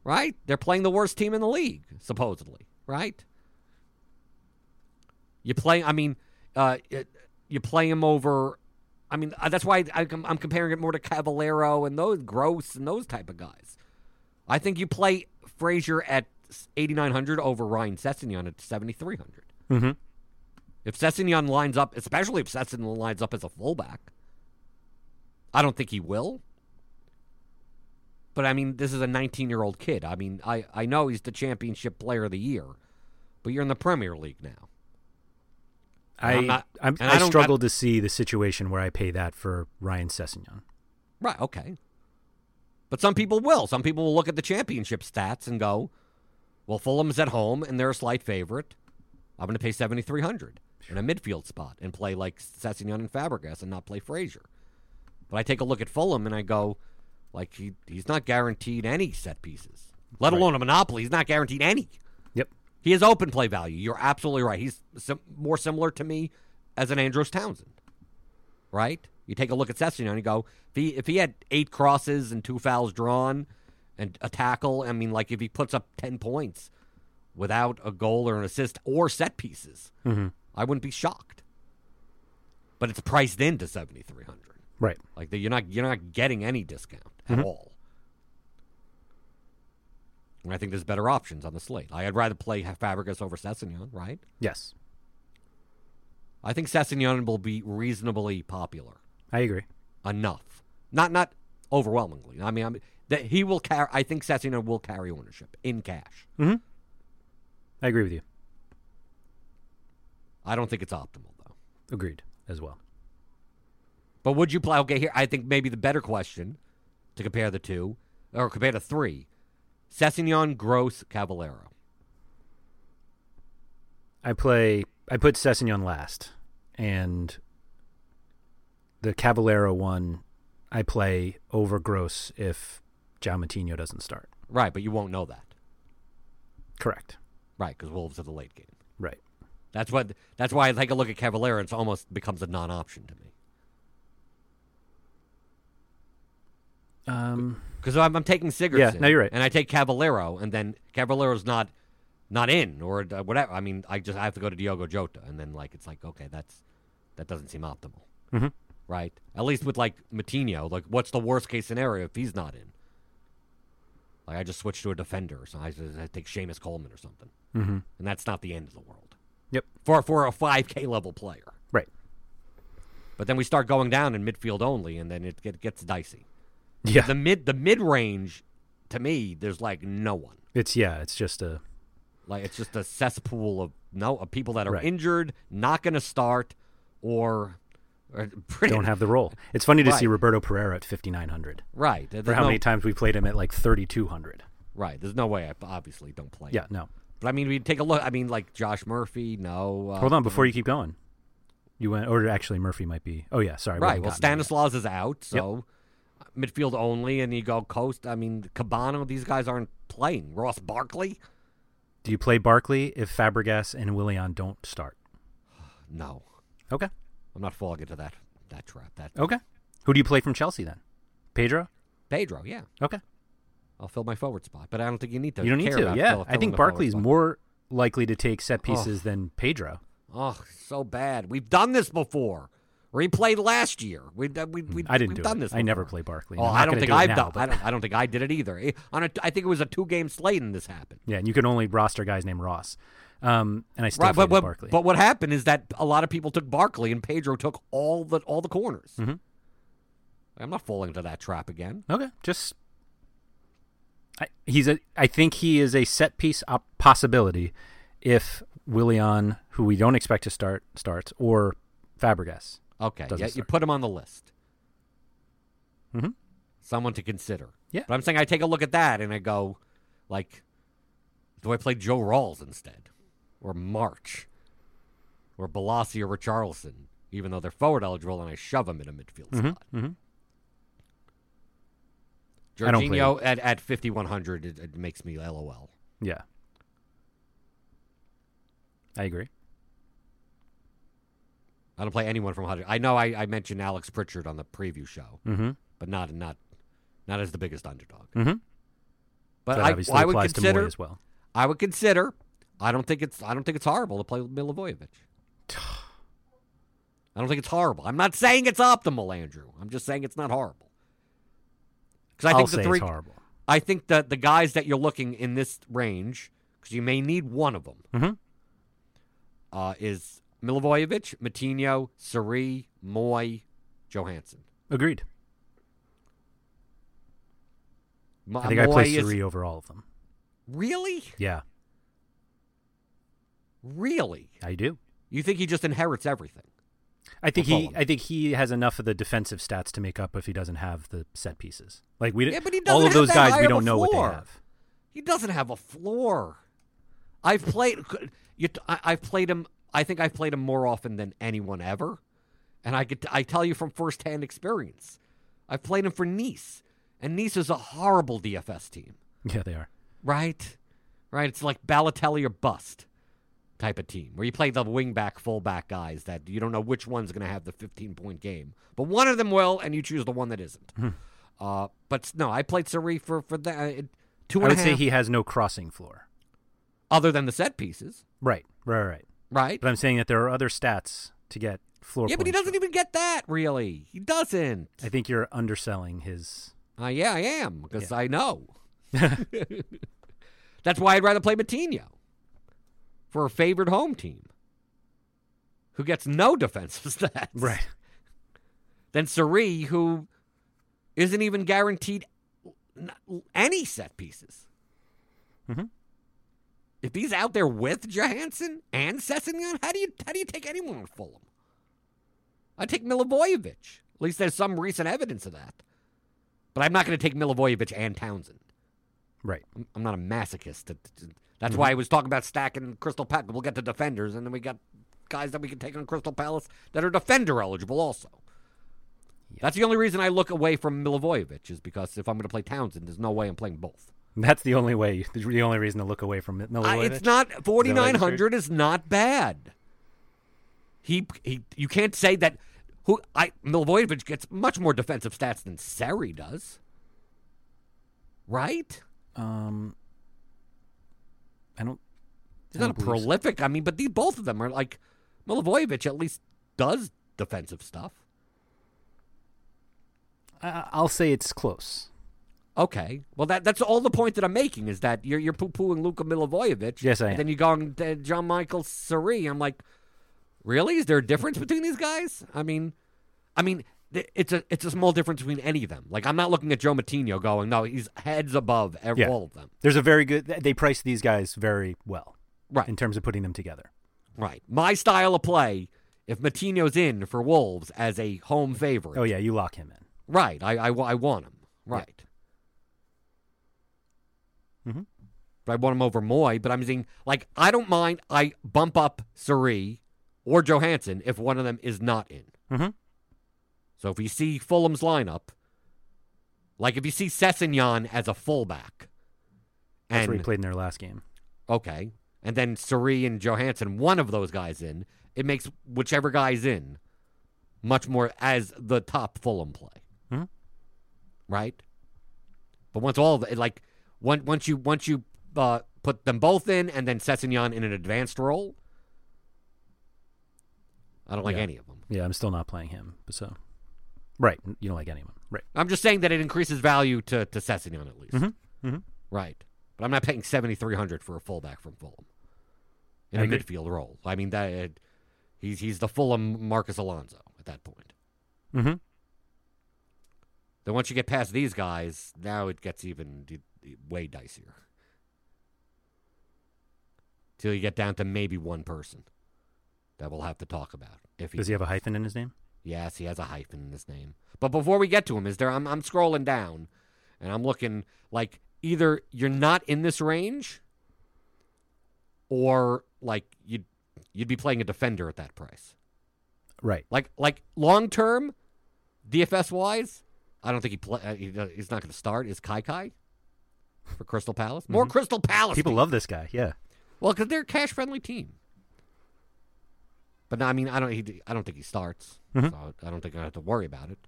Right? They're playing the worst team in the league, supposedly. Right? You play. I mean, uh, it, you play him over. I mean, uh, that's why I, I'm I'm comparing it more to Cavallero and those Gross and those type of guys. I think you play Frazier at 8,900 over Ryan Sessegnon at 7,300.
Mm-hmm.
If Sessegnon lines up, especially if Sessegnon lines up as a fullback, I don't think he will. But I mean, this is a 19 year old kid. I mean, I, I know he's the championship player of the year, but you're in the Premier League now.
I
I'm not-
I'm,
and
I,
I don't-
struggle to see the situation where I pay that for Ryan Sessegnon.
Right, okay. But some people will. Some people will look at the championship stats and go, well, Fulham's at home and they're a slight favorite. I'm going to pay 7,300 in a midfield spot and play like Sassignon and Fabregas and not play Frazier. But I take a look at Fulham and I go, like, he, he's not guaranteed any set pieces, let alone a monopoly. He's not guaranteed any.
Yep.
He has open play value. You're absolutely right. He's sim- more similar to me as an Andros Townsend, right? You take a look at Sessegnon and you go, if he, if he had eight crosses and two fouls drawn and a tackle, I mean, like if he puts up 10 points without a goal or an assist or set pieces, I wouldn't be shocked. But it's priced into 7,300.
Right.
Like the, you're not you're not getting any discount at all. And I think there's better options on the slate. I'd rather play Fabregas over Sessignon, right?
Yes.
I think Sessignon will be reasonably popular
I agree.
enough, not not overwhelmingly. I mean, I'm, that he will carry. I think Sessignon will carry ownership in cash.
I agree with you.
I don't think it's optimal though.
Agreed as well.
But would you play? Okay, here I think maybe the better question to compare the two or compare the three: Sessignon, Gross, Cavallero.
I play. I put Sessignon last, and the Cavallero one I play over Gross if Jao Matinho doesn't start.
Right, but you won't know that.
Correct.
Right, because Wolves are the late game.
Right.
That's what. That's why I take a look at Cavallero. It's almost becomes a non-option to me
Um.
because I'm, I'm taking Sigurdsson.
no, you're right.
And I take Cavallero, and then Cavallero's not not in or uh, whatever. I mean, I just I have to go to Diogo Jota, and then like it's like okay, that's that doesn't seem optimal,
Mhm.
right? At least with like Matinho, like what's the worst case scenario if he's not in? Like I just switch to a defender, or something. I, just, I take Seamus Coleman or something,
Mhm.
and that's not the end of the world
Yep.
for for a five K level player.
Right.
But then we start going down in midfield only, and then it get, gets dicey.
Yeah.
The mid the mid range, to me, there's like no one.
It's yeah. It's just uh, a
Like it's just a cesspool of no of people that are
Right.
injured, not going to start, or, or pretty,
don't have the role. It's funny to see
Right.
Roberto Pereira at 5900.
right. There's
For how
no-
many times we played him at like 3200.
Right. There's no way. I obviously don't play.
Yeah. No.
But I mean, we take a look. I mean, like Josh Murphy. No. Uh,
Hold on. Before you keep going, You went, or actually, Murphy might be. Oh yeah, sorry. we
right.
haven't
Well,
gotten there yet.
Stanislaus is out, so midfield only, and you go Coast. I mean, Cabano. These guys aren't playing. Ross Barkley.
Do you play Barkley if Fabregas and Willian don't start?
No,
Okay.
I'm not falling into that that trap. That
Okay. Who do you play from Chelsea then? Pedro.
Pedro. Yeah,
Okay.
I'll fill my forward spot, but I don't think you need to.
you don't need
care
to.
about
Yeah,
fill-
I
filling
think
the Oh. forward
Barkley's
spot.
more likely to take set pieces than Pedro.
Oh, so bad. We've done this before. Replayed last year. We we we
Hmm, I didn't
we've
do
done
it.
this.
I never
before.
play Barkley.
Oh,
I'm not
I don't
gonna
think
do it
I've
now,
done.
but-
I don't, I don't think I did it either. It- on a, I think it was a two game slate and this happened.
Yeah, and you can only roster guys named Ross. Um, and I still
Right,
played
but what,
Barkley.
but what happened is that a lot of people took Barkley and Pedro took all the all the corners.
Mhm.
I'm not falling into that trap again.
okay, just I, he's a. I think he is a set piece op- possibility if Willian, who we don't expect to start, starts or Fabregas.
Okay,
Doesn't
yeah, you
start.
put him on the list,
Mhm.
someone to consider.
Yeah.
but I'm saying I take a look at that and I go, like, do I play Joe Rawls instead, or March, or Bellassi or Richarlison, even though they're forward eligible, and I shove them in a midfield spot.
Mm-hmm. I don't play
Jorginho at, at 5100 it, it makes me lol.
Yeah, I agree.
I don't play anyone from 100. I know I, I mentioned Alex Pritchard on the preview show,
Mm-hmm.
but not not not as the biggest underdog.
Mm-hmm.
But
that
I,
obviously
I would
applies to Moy
consider
as well.
I would consider. I don't think it's I don't think it's horrible to play with Milivojevic. I don't think it's horrible. I'm not saying it's optimal, Andrew. I'm just saying it's not horrible. Because I
I'll
think
say
the three
it's horrible.
I think that the guys that you're looking in this range because you may need one of them
Mm-hmm.
uh, is Milivojevic, Matinho, Sari, Moy, Johansson.
Agreed.
Mo-
I think I play
Moy is-
Suri over all of them.
Really?
Yeah,
Really?
I do.
You think he just inherits everything?
I think
We'll
he.
follow.
I think he has enough of the defensive stats to make up if he doesn't have the set pieces. Like we,
Yeah, but he
all
doesn't
of those
have that
guys,
high
we
of
don't
a
know what they
floor.
have.
He doesn't have a floor. I've played. You, I, I've played him. I think I've played him more often than anyone ever, and I could. I tell you from firsthand experience. I've played him for Nice, and Nice is a horrible DFS team.
Yeah, they are.
Right? Right? It's like Balotelli or bust type of team where you play the wing back, full back guys that you don't know which one's going to have the 15 point game. But one of them will, and you choose the one that isn't. uh, but s- no, I played Sari for, for that. Two
Hmm. I
and a
would
half,
say he has no crossing floor.
other than the set pieces,
Right, right, right.
right?
But I'm saying that there are other stats to get floor.
Yeah, but he
points
doesn't
from.
even get that, really. He doesn't.
I think you're underselling his.
Uh, yeah, I am, because
Yeah.
I know. That's why I'd rather play Matinho for a favored home team who gets no defensive stats.
Right.
Than Sari, who isn't even guaranteed n- any set pieces.
Mhm.
If he's out there with Johansson and Sessignon, how do you how do you take anyone on Fulham? I take Milivojevic. At least there's some recent evidence of that. But I'm not going to take Milivojevic and Townsend.
Right.
I'm- I'm not a masochist. That- that- That's why I was talking about stacking Crystal Palace. We'll get to defenders, and then we got guys that we can take on Crystal Palace that are defender eligible also. That's the only reason I look away from Milivojevic is because if I'm going to play Townsend, there's no way I'm playing both.
That's the only way. The only reason to look away from it.
I- it's not 4900 is not bad. He he you can't say that who I Milivojevic gets much more defensive stats than Sari does. Right?
Um. I don't.
He's not a prolific. I mean, but these both of them are like Milivojevic at least does defensive stuff.
I, I'll say it's close.
Okay, well that that's all the point that I'm making is that you're you're poo pooing Luka Milivojevic.
Yes, I
And
am.
then you go on to John Michael Sari. I'm like, really? Is there a difference between these guys? I mean, I mean, th- it's a it's a small difference between any of them. Like I'm not looking at Joe Matinho going, no, he's heads above ev-
Yeah.
all of them.
There's a very good. They price these guys very well
Right.
in terms of putting them together.
Right. My style of play, if Matinho's in for Wolves as a home favorite.
Oh yeah, you lock him in.
Right. I, I, wa- I want him. Right.
Mhm.
But I want him over Moy. But I'm saying, like, I don't mind. I bump up Suri or Johansson if one of them is not in.
Mhm.
So if you see Fulham's lineup, like if you see Sessignon as a fullback,
That's where he
and
played in their last game.
okay, and then Suri and Johansson, one of those guys in, it makes whichever guy's in much more as the top Fulham play,
Mhm.
right? But once all of it, like once once you once you uh, put them both in, and then Sessignon in an advanced role, I don't like
Yeah.
any of them.
Yeah, I'm still not playing him. But so, right, you don't like anyone, right?
I'm just saying that it increases value to to Sessignon at least.
Mm-hmm. Mm-hmm.
Right. But I'm not paying 7300 for a fullback from Fulham in
I
a
agree.
midfield role. I mean that it, he's he's the Fulham Marcus Alonso at that point.
Mm-hmm.
Then once you get past these guys, now it gets even d- d- way dicier. Till you get down to maybe one person that we'll have to talk about. If
Does he have a hyphen in his name?
Yes, he has a hyphen in his name. But before we get to him, is there? I'm I'm scrolling down, and I'm looking like either you're not in this range, or like you'd you'd be playing a defender at that price.
Right.
Like like long term, DFS wise, I don't think he play. Uh, he, uh, he's not going to start. Is Kai Kai for Crystal Palace? More Crystal Palace.
People
people.
love this guy. Yeah.
Well, because they're a cash friendly team. But no, I mean, I don't. He, I don't think he starts.
Mhm.
So I don't think I have to worry about it.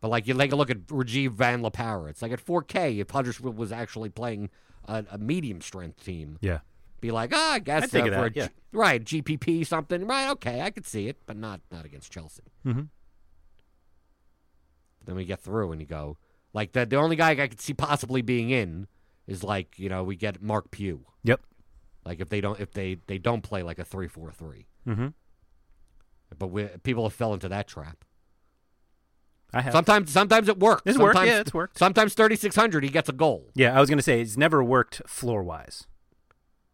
But like you take a look at Rajiv Van Lapower. It's like at 4K, if Huddersfield was actually playing a, a medium strength team,
Yeah.
be like, ah, I guess
I'd think
uh,
of
for
that,
a G-
yeah.
right GPP something, right? Okay, I could see it, but not not against Chelsea.
Mm-hmm.
Then we get through and you go like the the only guy I could see possibly being in is like you know we get Mark Pugh.
Yep.
Like if they don't if they they don't play like a three four three.
Mm-hmm.
But we, people have fell into that trap.
I have.
Sometimes, sometimes it works.
It's worked,
sometimes,
yeah, it's worked.
Sometimes thirty six hundred, he gets a goal.
yeah, I was gonna say it's never worked floor wise.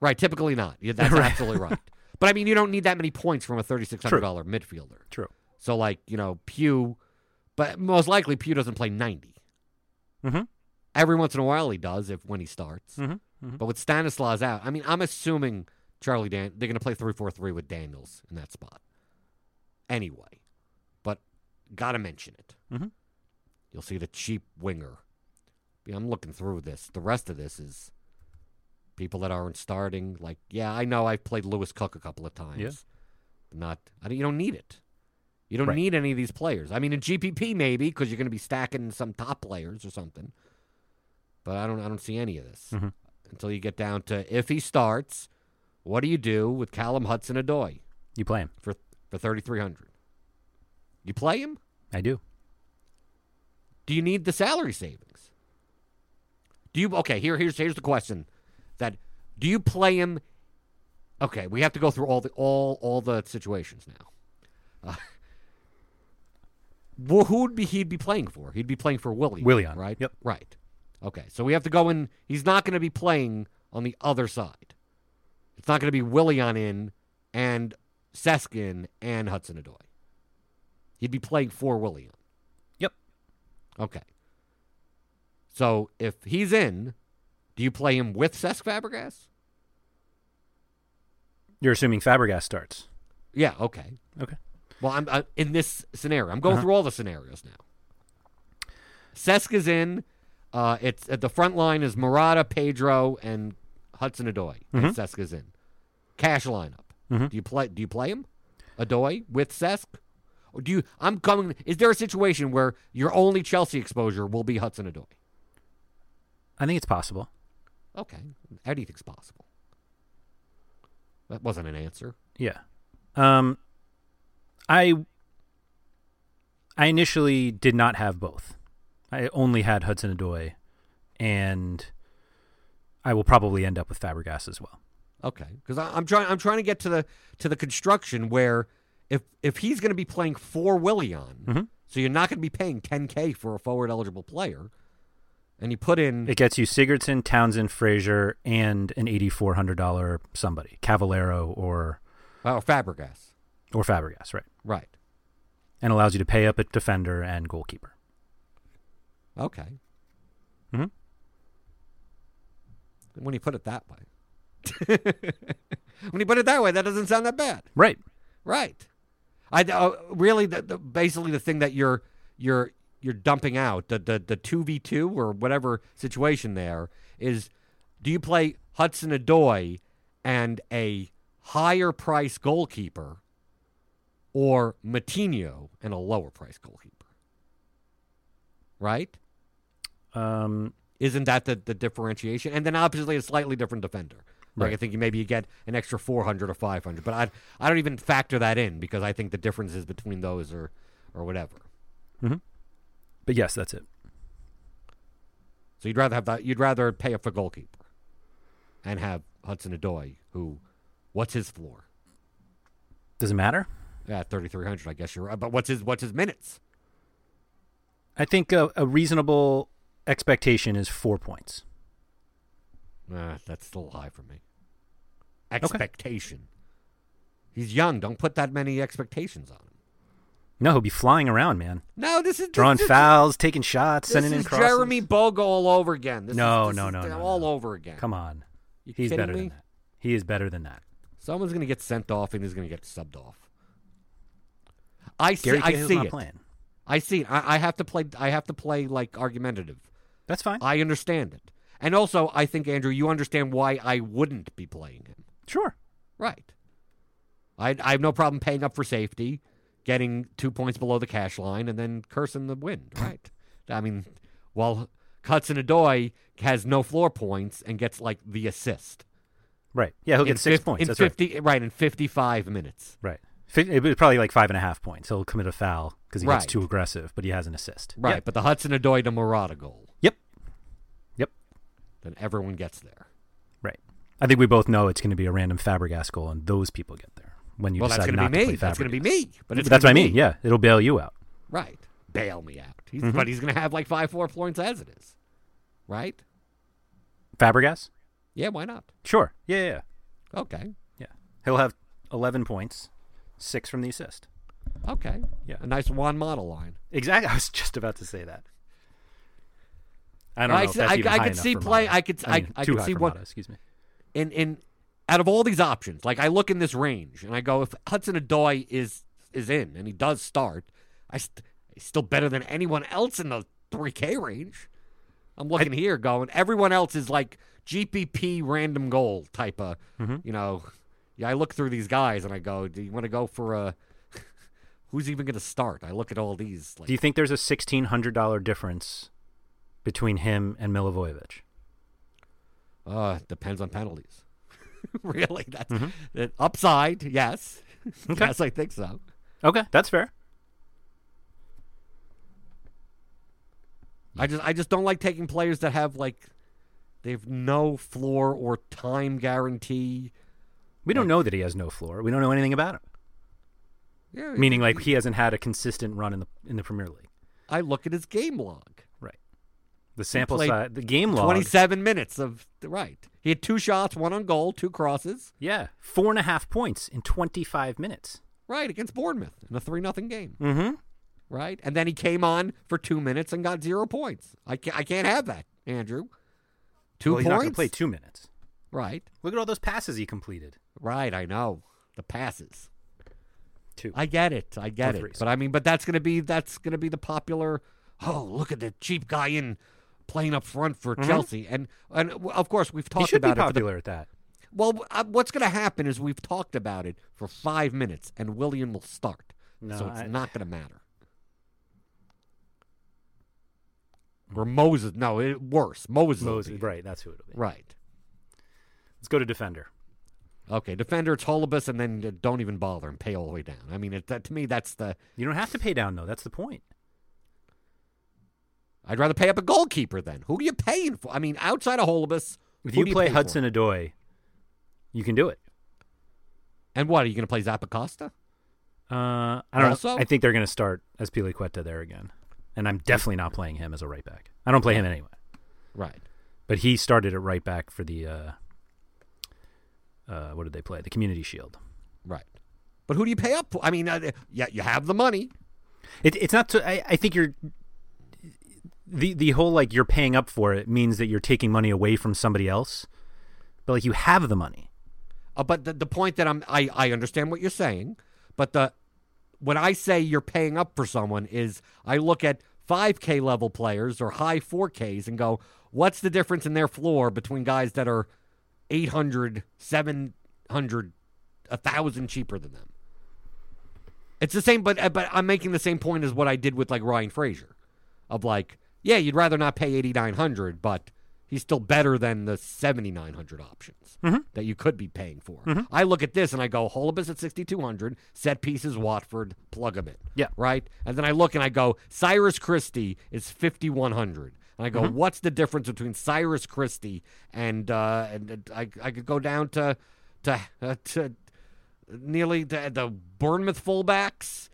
Right, typically not. Yeah, that's
Right.
absolutely right. But I mean, you don't need that many points from a thirty six hundred dollar midfielder.
True.
So like you know Pew, but most likely Pew doesn't play ninety.
Mm-hmm.
Every once in a while he does if when he starts.
Mm-hmm.
But with Stanislaus out, I mean, I'm assuming Charlie Dan they're going to play three four three with Daniels in that spot. Anyway, but gotta mention it.
Mhm.
You'll see the cheap winger. Yeah, I'm looking through this. The rest of this is people that aren't starting. Like, yeah, I know I've played Lewis Cook a couple of times. But not. I don't, you don't need it. You don't
Right.
need any of these players. I mean, in GPP maybe because you're going to be stacking some top players or something. But I don't. I don't see any of this
Mhm.
until you get down to if he starts. What do you do with Callum Hudson Adoy
You play him.
for for thirty three hundred? You play him.
I do.
Do you need the salary savings? Do you okay? Here, here's here's the question: that do you play him? Okay, we have to go through all the all all the situations now. Uh, well, who would be he'd be playing for? He'd be playing for Willie,
Willian,
right?
yep.
right. Okay, so we have to go in. He's not going to be playing on the other side. It's not going to be Willian in and Seskin and Hudson Adoy. He'd be playing for Willian.
Yep.
Okay. So if he's in, do you play him with Cesc Fabregas?
You're assuming Fabregas starts.
Yeah. Okay.
Okay.
Well, I'm uh, in this scenario. I'm going
Uh-huh.
through all the scenarios now. Cesc is in. Uh, it's at the front line is Murata, Pedro, and Hudson Adoy. And Cesc is in. Cash lineup.
Mhm.
Do you play? Do you play him, Adoy with Cesc? Or do you? I'm coming. Is there a situation where your only Chelsea exposure will be Hudson Adoy?
I think it's possible.
Okay, anything's possible. That wasn't an answer.
Yeah. Um I I initially did not have both. I only had Hudson Adoy and I will probably end up with Fabregas as well.
Okay, because I'm trying. I'm trying to get to the to the construction where if if he's going to be playing for Willian,
Mhm.
so you're not going to be paying 10k for a forward eligible player, and you put in
It gets you Sigurdsson, Townsend, Frazier, and an eighty four hundred dollar somebody, Cavallero or
oh, Fabregas,
or Fabregas, right?
right?
And allows you to pay up at defender and goalkeeper.
Okay,
Mhm.
when you put it that way, when you put it that way, that doesn't sound that bad.
Right.
Right. I uh, really the, the, basically the thing that you're you're you're dumping out the the the two v two or whatever situation there is. Do you play Hudson Adoy and a higher price goalkeeper, or Matinho and a lower price goalkeeper? Right.
Um,
Isn't that the, the differentiation? And then obviously a slightly different defender. Like I
Right.
think you maybe you get an extra four hundred or five hundred, but I I don't even factor that in because I think the differences between those are or whatever.
but yes, that's it.
So you'd rather have that. You'd rather pay up for goalkeeper, and have Hudson Adoy, who, what's his floor?
Does it matter?
Yeah, thirty three hundred. I guess you're right. But what's his what's his minutes?
I think a, a reasonable expectation is four points.
Uh, that's still high for me. Expectation. He's young. Don't put that many expectations on him.
No, he'll be flying around, man,
No, this is
drawing
this is-
fouls, taking shots,
This
sending
is
in crosses.
Jeremy Bogo all over again. This
No,
is, this
no,
is
no, no,
all
no.
over again.
Come on,
You
he's
kidding
better
me?
than that. He is better than that.
Someone's gonna get sent off, and he's gonna get subbed off. I see.
Gary
I
Cahill's
see
not
it.
playing.
I see. it. I, I have to play. I have to play like argumentative.
That's fine.
I understand it, and also I think Andrew, you understand why I wouldn't be playing him,
sure.
right? I I have no problem paying up for safety, getting two points below the cash line, and then cursing the wind, right? I mean, while Hudson Adoy has no floor points and gets like the assist.
Right. Yeah, he'll
in
get six
fif-
points.
in
That's
fifty right. in fifty five minutes.
right. Right. Fi- It was probably like five and a half points. He'll commit a foul because he
Right.
gets too aggressive, but he has an assist.
Right,
Yep.
but the Hudson Adoy to Murata goal,
Yep. Yep.
then everyone gets there.
Right. I think we both know it's going to be a random Fabregas goal, and those people get there when you
well, that's
decide
gonna
not
be
to play
me.
Fabregas.
That's going to be me. But it's
that's what I
gonna
mean.
be me.
Yeah, it'll bail you out.
Right. Bail me out. He's, But he's going to have like five four points as it is. Right?
Fabregas?
Yeah, why not?
Sure. Yeah, yeah, yeah.
Okay.
Yeah. He'll have 11 points, six from the assist.
Okay.
Yeah.
A nice Juan model line.
Exactly. I was just about to say that. I don't
I
know.
s-
if that's
I-
even
I
high
could
enough
see
for
play-
Mata.
I could-
I, mean,
I- I
too
could
high
see
for
what-
Mata, excuse me.
In in out of all these options, like I look in this range and I go, if Hudson Adoy is is in and he does start, I st- he's still better than anyone else in the three K range. I'm looking here going, everyone else is like GPP random goal type of,
Mm-hmm.
you know. Yeah, I look through these guys and I go, do you want to go for a? Who's even going to start? I look at all these. Like,
Do you think there's a $1,600 difference between him and Milivojevic?
Uh, depends on penalties. really, that's
Mm-hmm.
that upside. Yes,
Okay.
yes, I think so.
Okay, that's fair.
I just, I just don't like taking players that have like they have no floor or time guarantee.
We don't know that he has no floor. We don't know anything about him.
Yeah,
Meaning, like he hasn't had a consistent run in the in the Premier League.
I look at his game log.
Right. The sample
played
size, the game log.
Twenty-seven minutes of right. He had two shots, one on goal, two crosses.
Yeah, four and a half points in 25 minutes.
Right against Bournemouth in a three-nothing game.
Mm-hmm.
Right, and then he came on for two minutes and got zero points. I can't, I can't have that, Andrew. Two
well, He's not
points.
going to play two minutes.
Right.
Look at all those passes he completed.
Right, I know. The passes.
Two.
I get it. I get
Or
it.
threes.
But I mean, but that's gonna be that's gonna be the popular oh, look at the cheap guy in playing up front for Chelsea. And and w- of course we've
he
talked
should be
about it. for the-
popular at that.
well, w- uh, what's gonna happen is we've talked about it for 5 minutes and William will start.
No,
so it's
I-
not gonna matter. Or Moses. No, it, worse. Moses. will
Moses,
be.
right? That's who it'll be.
Right.
Let's go to defender.
Okay, defender, it's Holubus, and then uh, don't even bother and pay all the way down. I mean, it, that, to me, that's the.
You don't have to pay down though. That's the point.
I'd rather pay up a goalkeeper then. Who are you paying for? I mean, outside of Holubus,
If
who
you
do
play
pay for?
Hudson Adoy, you can do it.
and what are you going to play Zappacosta?
Uh, I don't
Also-
know. I think they're going to start as Piliqueta there again, and I'm definitely not playing him as a right back. I don't play him anyway.
Right.
But he started at right back for the. Uh, uh, what did they play? The Community Shield.
Right. But who do you pay up for? I mean, uh, yeah, you have the money.
It, it's not. So, I, I think you're. The the whole like you're paying up for it means that you're taking money away from somebody else, but like you have the money.
Uh, but the, the point that I'm, I, I understand what you're saying, But the when I say you're paying up for someone is I look at 5K level players or high 4Ks and go, what's the difference in their floor between guys that are 800, 700, 1,000 cheaper than them? It's the same, but uh, but I'm making the same point as what I did with like Ryan Frazier, of like, yeah, you'd rather not pay 8,900, but he's still better than the 7,900 options that you could be paying for. I look at this and I go, Holibus at 6,200, set pieces Watford, plug him in,
Yeah.
right? And then I look and I go, Cyrus Christie is 5,100. And I go, what's the difference between Cyrus Christie and uh, and and I, I could go down to to uh, to nearly the, the Bournemouth fullbacks,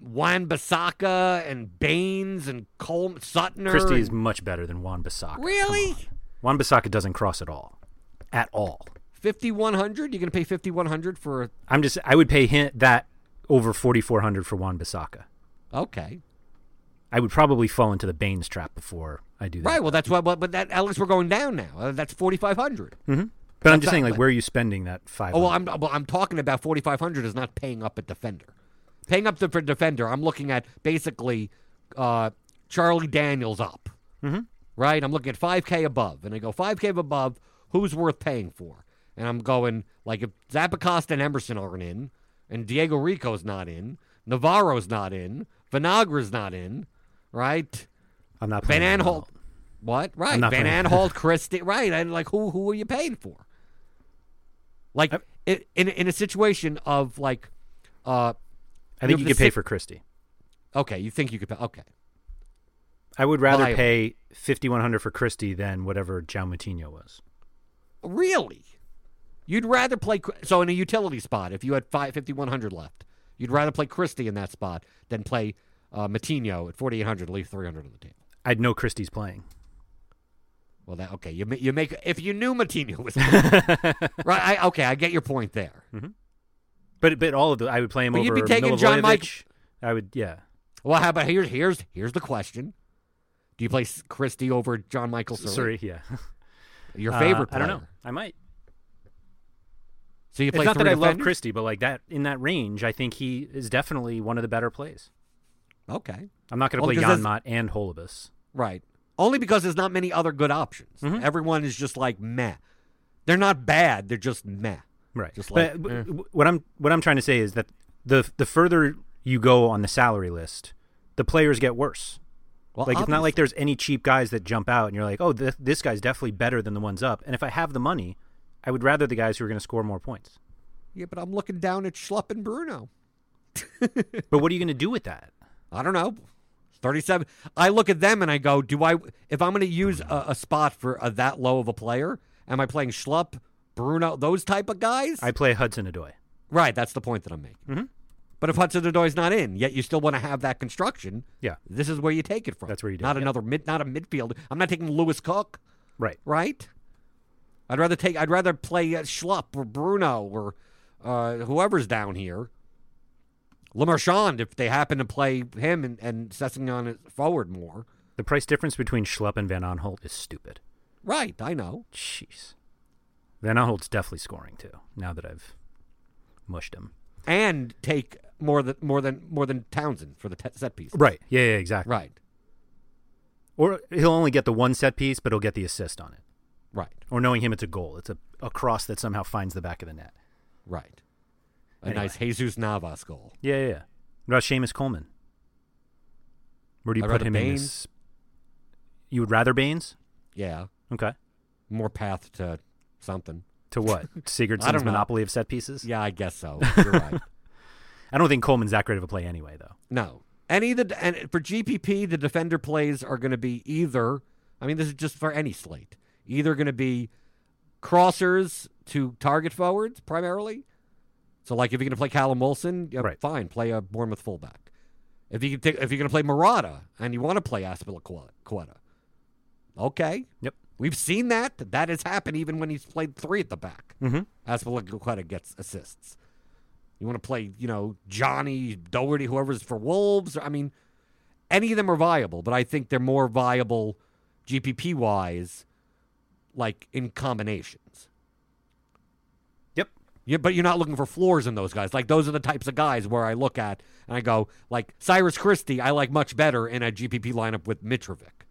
Juan Basaka and Baines and Cole Sutner.
Christie is
and-
much better than Juan Bissaka.
Really?
Juan Bissaka doesn't cross at all, at all.
fifty one hundred. You're gonna pay fifty one hundred for
I'm just I would pay him that over 4400 for Juan Bissaka.
okay,
I would probably fall into the Baines trap before I do that.
right? Well, that's what. But but that Alex, we're going down now. Uh, that's forty five hundred.
but I'm just saying like
exactly.
where are you spending that 5
Oh well, I'm well, I'm talking about forty five hundred is not paying up at defender. Paying up the, for defender, I'm looking at basically uh, Charlie Daniels up. right? I'm looking at 5K above, and I go 5K above. Who's worth paying for? And I'm going like if Zappacosta and Emerson aren't in, and Diego Rico's not in, Navarro's not in, Vinagra's not in, right?
I'm not
Van
playing him at
Anholt,
all.
what? Right?
not
Van
playing-
Anholt, Christie, right? And like who who are you paying for? Like
I-
it, in in a situation of like, uh,
I
You
think
know,
you
the
could pay
six-
for Christie.
okay, you think you could pay? Okay,
I would rather
Viable.
pay 5100 for Christie than whatever Jao Moutinho was.
Really? You'd rather play Chr- so in a utility spot if you had five fifty one hundred left. You'd rather play Christie in that spot than play uh, Matinho at forty eight hundred, leave three hundred on the table.
I'd know Christie's playing.
Well, that okay. You ma- you make if you knew Matinho was playing. right. I, okay, I get your point there.
But but all of the I would play him
But
over
you'd be taking John Mike-
Milivojevic. I would yeah.
Well, how about here's here's here's the question: Do you play S- Christie over John Michael Surrey,
Sorry, yeah.
your
Uh,
favorite player?
I don't know. I might.
So you play
it's not
three
that I love
defenders?
Christie, but like that in that range, I think he is definitely one of the better plays.
Okay.
I'm not going to
Well,
play
because
Janmat and Holubus.
Right. Only because there's not many other good options.
Mm-hmm.
Everyone is just like meh. They're not bad. They're just meh.
Right.
Just like,
but w- w- what I'm what I'm trying to say is that the the further you go on the salary list, the players get worse.
Well,
like it's not
obviously.
like there's any cheap guys that jump out and you're like, "Oh, th- this guy's definitely better than the ones up." And if I have the money, I would rather the guys who are going to score more points.
yeah, but I'm looking down at Schlupp and Bruno.
But what are you going to do with that?
I don't know. 37. I look at them and I go, do I, if I'm going to use a, a spot for a, that low of a player, am I playing Schlupp, Bruno, those type of guys?
I play Hudson Adoy.
right. That's the point that I'm making.
Mhm.
But if Hudson Odoi not in, yet you still want to have that construction,
Yeah.
this is where you take it from.
That's where you do it,
Not
yeah.
another mid, not a midfielder. I'm not taking Lewis Cook.
Right.
right? I'd rather take. I'd rather play uh, Schlupp or Bruno or uh, whoever's down here. Lamarchand, if they happen to play him and and Sessignon is forward more,
The price difference between Schlupp and Van Aanholt is stupid.
right? I know.
Jeez. Van Aanholt's definitely scoring too. Now that I've mushed him.
And take more than more than more than Townsend for the te- set piece,
Right. Yeah, yeah, exactly.
right?
Or he'll only get the one set piece, but he'll get the assist on it.
Right?
Or knowing him, it's a goal. It's a, a cross that somehow finds the back of the net.
Right? A
Anyway.
nice Jesus Navas goal.
Yeah, yeah. yeah. What about Seamus Coleman? Where do you
I'd
put
rather
him in
Baines.
this? You would rather Baines?
Yeah,
Okay.
more path to something.
To what?
I don't
Sigurdsson's
know.
monopoly of set pieces?
Yeah, I guess so. You're right.
I don't think Coleman's that great of a play anyway, though.
No. Any of the and for GPP, the defender plays are going to be either. I mean, this is just for any slate. Either going to be crossers to target forwards primarily. So, like, if you're going to play Callum Wilson, yeah,
Right.
fine, play a Bournemouth fullback. If you can take, if you're going to play Murata and you want to play Aspilicueta, okay,
Yep.
we've seen that. That has happened even when he's played three at the back.
Mm-hmm.
Aspilicueta gets assists. You want to play, you know, Johnny Doherty, whoever's for Wolves. I mean, any of them are viable, but I think they're more viable GPP wise, like in combinations.
Yep.
Yeah, but you're not looking for floors in those guys. Like those are the types of guys where I look at and I go, like Cyrus Christie, I like much better in a GPP lineup with Mitrovic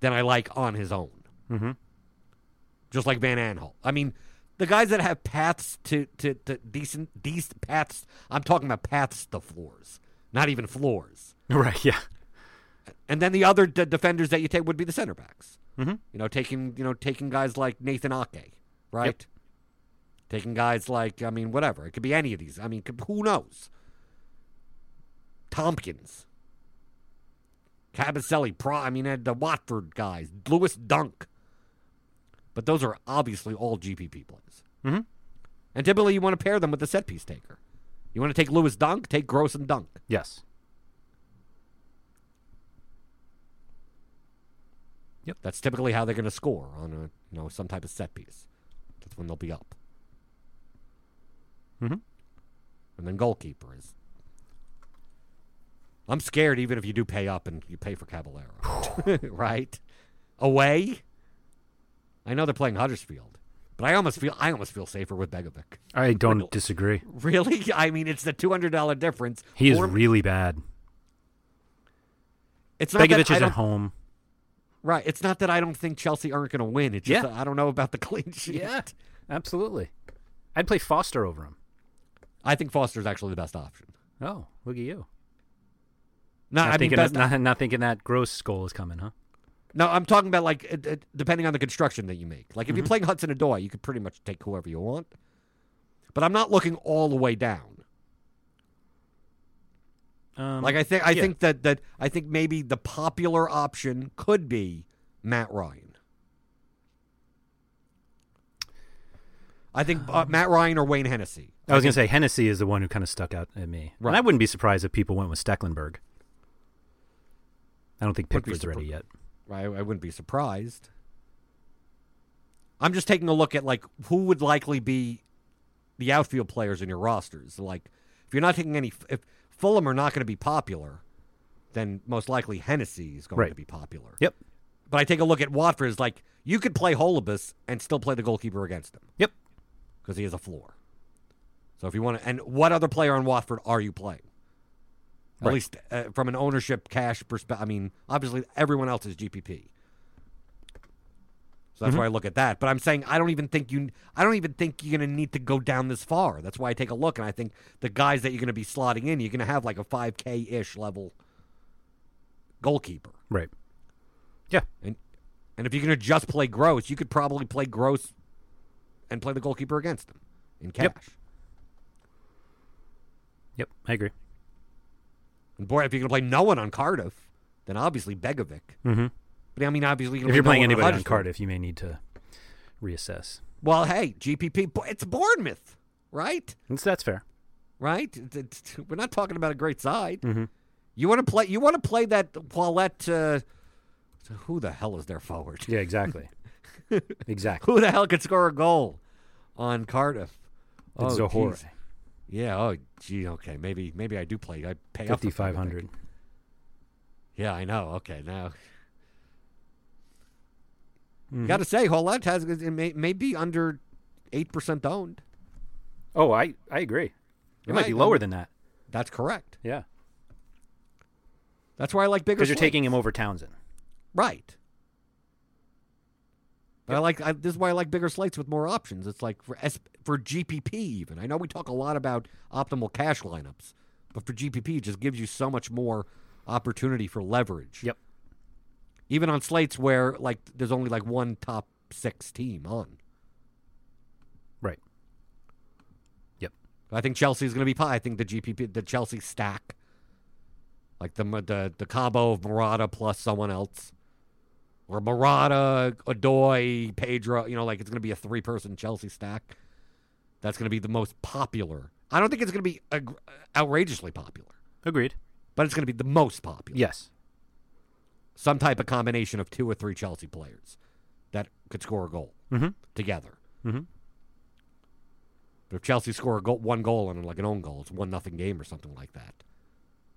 than I like on his own.
Mm-hmm.
Just like Van Aanholt. I mean, the guys that have paths to to, to decent decent paths. I'm talking about paths to floors, not even floors.
Right. Yeah.
And then the other d- defenders that you take would be the center backs.
Mm-hmm.
You know, taking you know taking guys like Nathan Ake, right? Taking guys like I mean, whatever. It could be any of these. I mean, could, who knows? Tompkins, Cabaselli, Pro. I mean, uh, the Watford guys, Lewis Dunk. But those are obviously all GPP plays.
Mm-hmm.
And typically, you want to pair them with the set piece taker. You want to take Lewis Dunk, take Gross and Dunk.
Yes.
That's typically how they're going to score on a you know some type of set piece. That's when they'll be up.
Mhm.
And then goalkeeper is. I'm scared even if you do pay up and you pay for Caballero, right? Away. I know they're playing Huddersfield, but I almost feel I almost feel safer with Begovic.
I don't disagree.
Really, I mean it's the two hundred dollar difference.
He is
Or-
really bad.
It's not that
Begovic
I
is
don't-
at home.
right. It's not that I don't think Chelsea aren't going to win. It's just
Yeah.
that I don't know about the clean sheet.
absolutely. I'd play Foster over him.
I think Foster's actually the best option.
Oh, look at you.
No,
not,
I mean,
thinking
best,
that, not, not thinking that gross goal is coming, huh?
no, I'm talking about like it, it- depending on the construction that you make. Like if you're playing Hudson Adoy, you could pretty much take whoever you want. But I'm not looking all the way down.
Um,
like I think I
yeah.
think that that I think maybe the popular option could be Matt Ryan. I think uh, Matt Ryan or Wayne Hennessy.
I was going to say Hennessy is the one who kind of stuck out at me.
Right.
And I wouldn't be surprised if people went with Stecklenburg. I don't think
Would be
Pickford's ready
surpri-
yet.
I, I wouldn't be surprised. I'm just taking a look at like who would likely be the outfield players in your rosters. Like if you're not taking any, if Fulham are not going to be popular, then most likely Hennessy is going
Right.
to be popular.
Yep.
But I take a look at Watford is like you could play Holubus and still play the goalkeeper against him
Yep.
because he has a floor. So if you want to, and what other player on Watford are you playing? At
Right.
least uh, from an ownership cash perspective. I mean, obviously everyone else is GPP. So
Mm-hmm.
that's why I look at that. But I'm saying I don't even think you. I don't even think you're going to need to go down this far. That's why I take a look, and I think the guys that you're going to be slotting in, you're going to have like a 5K ish level goalkeeper.
Right. Yeah.
And and if you're going to just play Gross, you could probably play Gross and play the goalkeeper against him in cash.
Yep. Yep. I agree.
And boy, if you're going to play no one on Cardiff, then obviously Begovic.
Mm-hmm.
But I mean, obviously, you're
If
gonna
you're
play
playing
no one
anybody on
Huddersfield.
Cardiff, you may need to reassess.
Well, hey, GPP, bo- it's Bournemouth, right?
That's, that's fair.
Right? It's- it's- we're not talking about a great side.
Mhm.
You want to play? You want to play that Paulette? Uh, who the hell is their forward?
Yeah, exactly. exactly.
Who the hell could score a goal on Cardiff?
It's
oh,
Zohore.
geez. Yeah. Oh, gee. Okay. Maybe. Maybe I do play. I pay up for Begovic.
5,500.
Yeah, I know. Okay, now.
Mm-hmm.
Got to say, Hollett has it may, may be under eight percent owned.
Oh, I, I agree. It might be
Right,
lower
um,
than that.
That's correct.
Yeah.
That's why I like bigger.
Because you're
slates.
taking him over Townsend.
right. But I like I, this is why I like bigger slates with more options. It's like for S, for GPP even. I know we talk a lot about optimal cash lineups, but for GPP, it just gives you so much more opportunity for leverage.
Yep.
Even on slates where like there's only like one top six team on.
Right. Yep.
I think Chelsea's going to be pie. I think the GPP, the Chelsea stack, like the the the combo of Murata plus someone else, or Murata, Adoy, Pedro. You know, like it's going to be a three person Chelsea stack. That's going to be the most popular. I don't think it's going to be ag- outrageously popular,
Agreed.
but it's going to be the most popular.
Yes.
some type of combination of two or three Chelsea players that could score a goal
Mhm.
together.
Mhm.
But if Chelsea score a goal, one goal and like an own goal, it's one nothing game or something like that.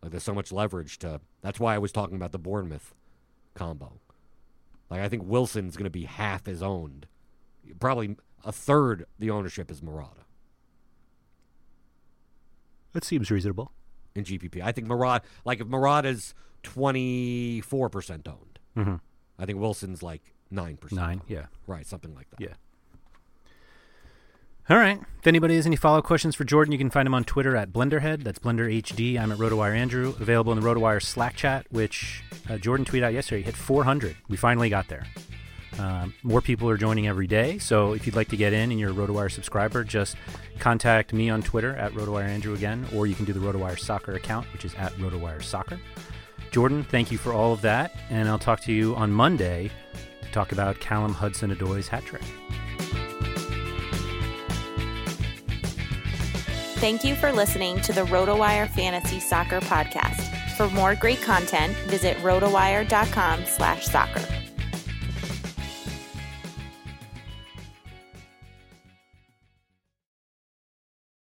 Like there's so much leverage to. That's why I was talking about the Bournemouth combo. Like I think Wilson's going to be half as owned, probably a third the ownership is Murata.
That seems reasonable.
in GPP. I think Marat, like if Marat is twenty four percent owned,
Mhm.
I think Wilson's like nine percent.
Nine, yeah.
right, something like that.
Yeah. All right. If anybody has any follow up questions for Jordan, you can find him on Twitter at BlenderHead. That's BlenderHD. I'm at RotoWire Andrew. Available in the RotoWire Slack chat, which uh, Jordan tweeted out yesterday. Hit 400. We finally got there. Um, more people are joining every day. So if you'd like to get in and you're a RotoWire subscriber, just contact me on Twitter at RotoWire Andrew again, or you can do the RotoWire Soccer account, which is at RotoWire Soccer. Jordan, thank you for all of that. And I'll talk to you on Monday to talk about Callum Hudson Adoy's hat trick.
Thank you for listening to the RotoWire Fantasy Soccer Podcast. For more great content, visit rotowire.com slash soccer.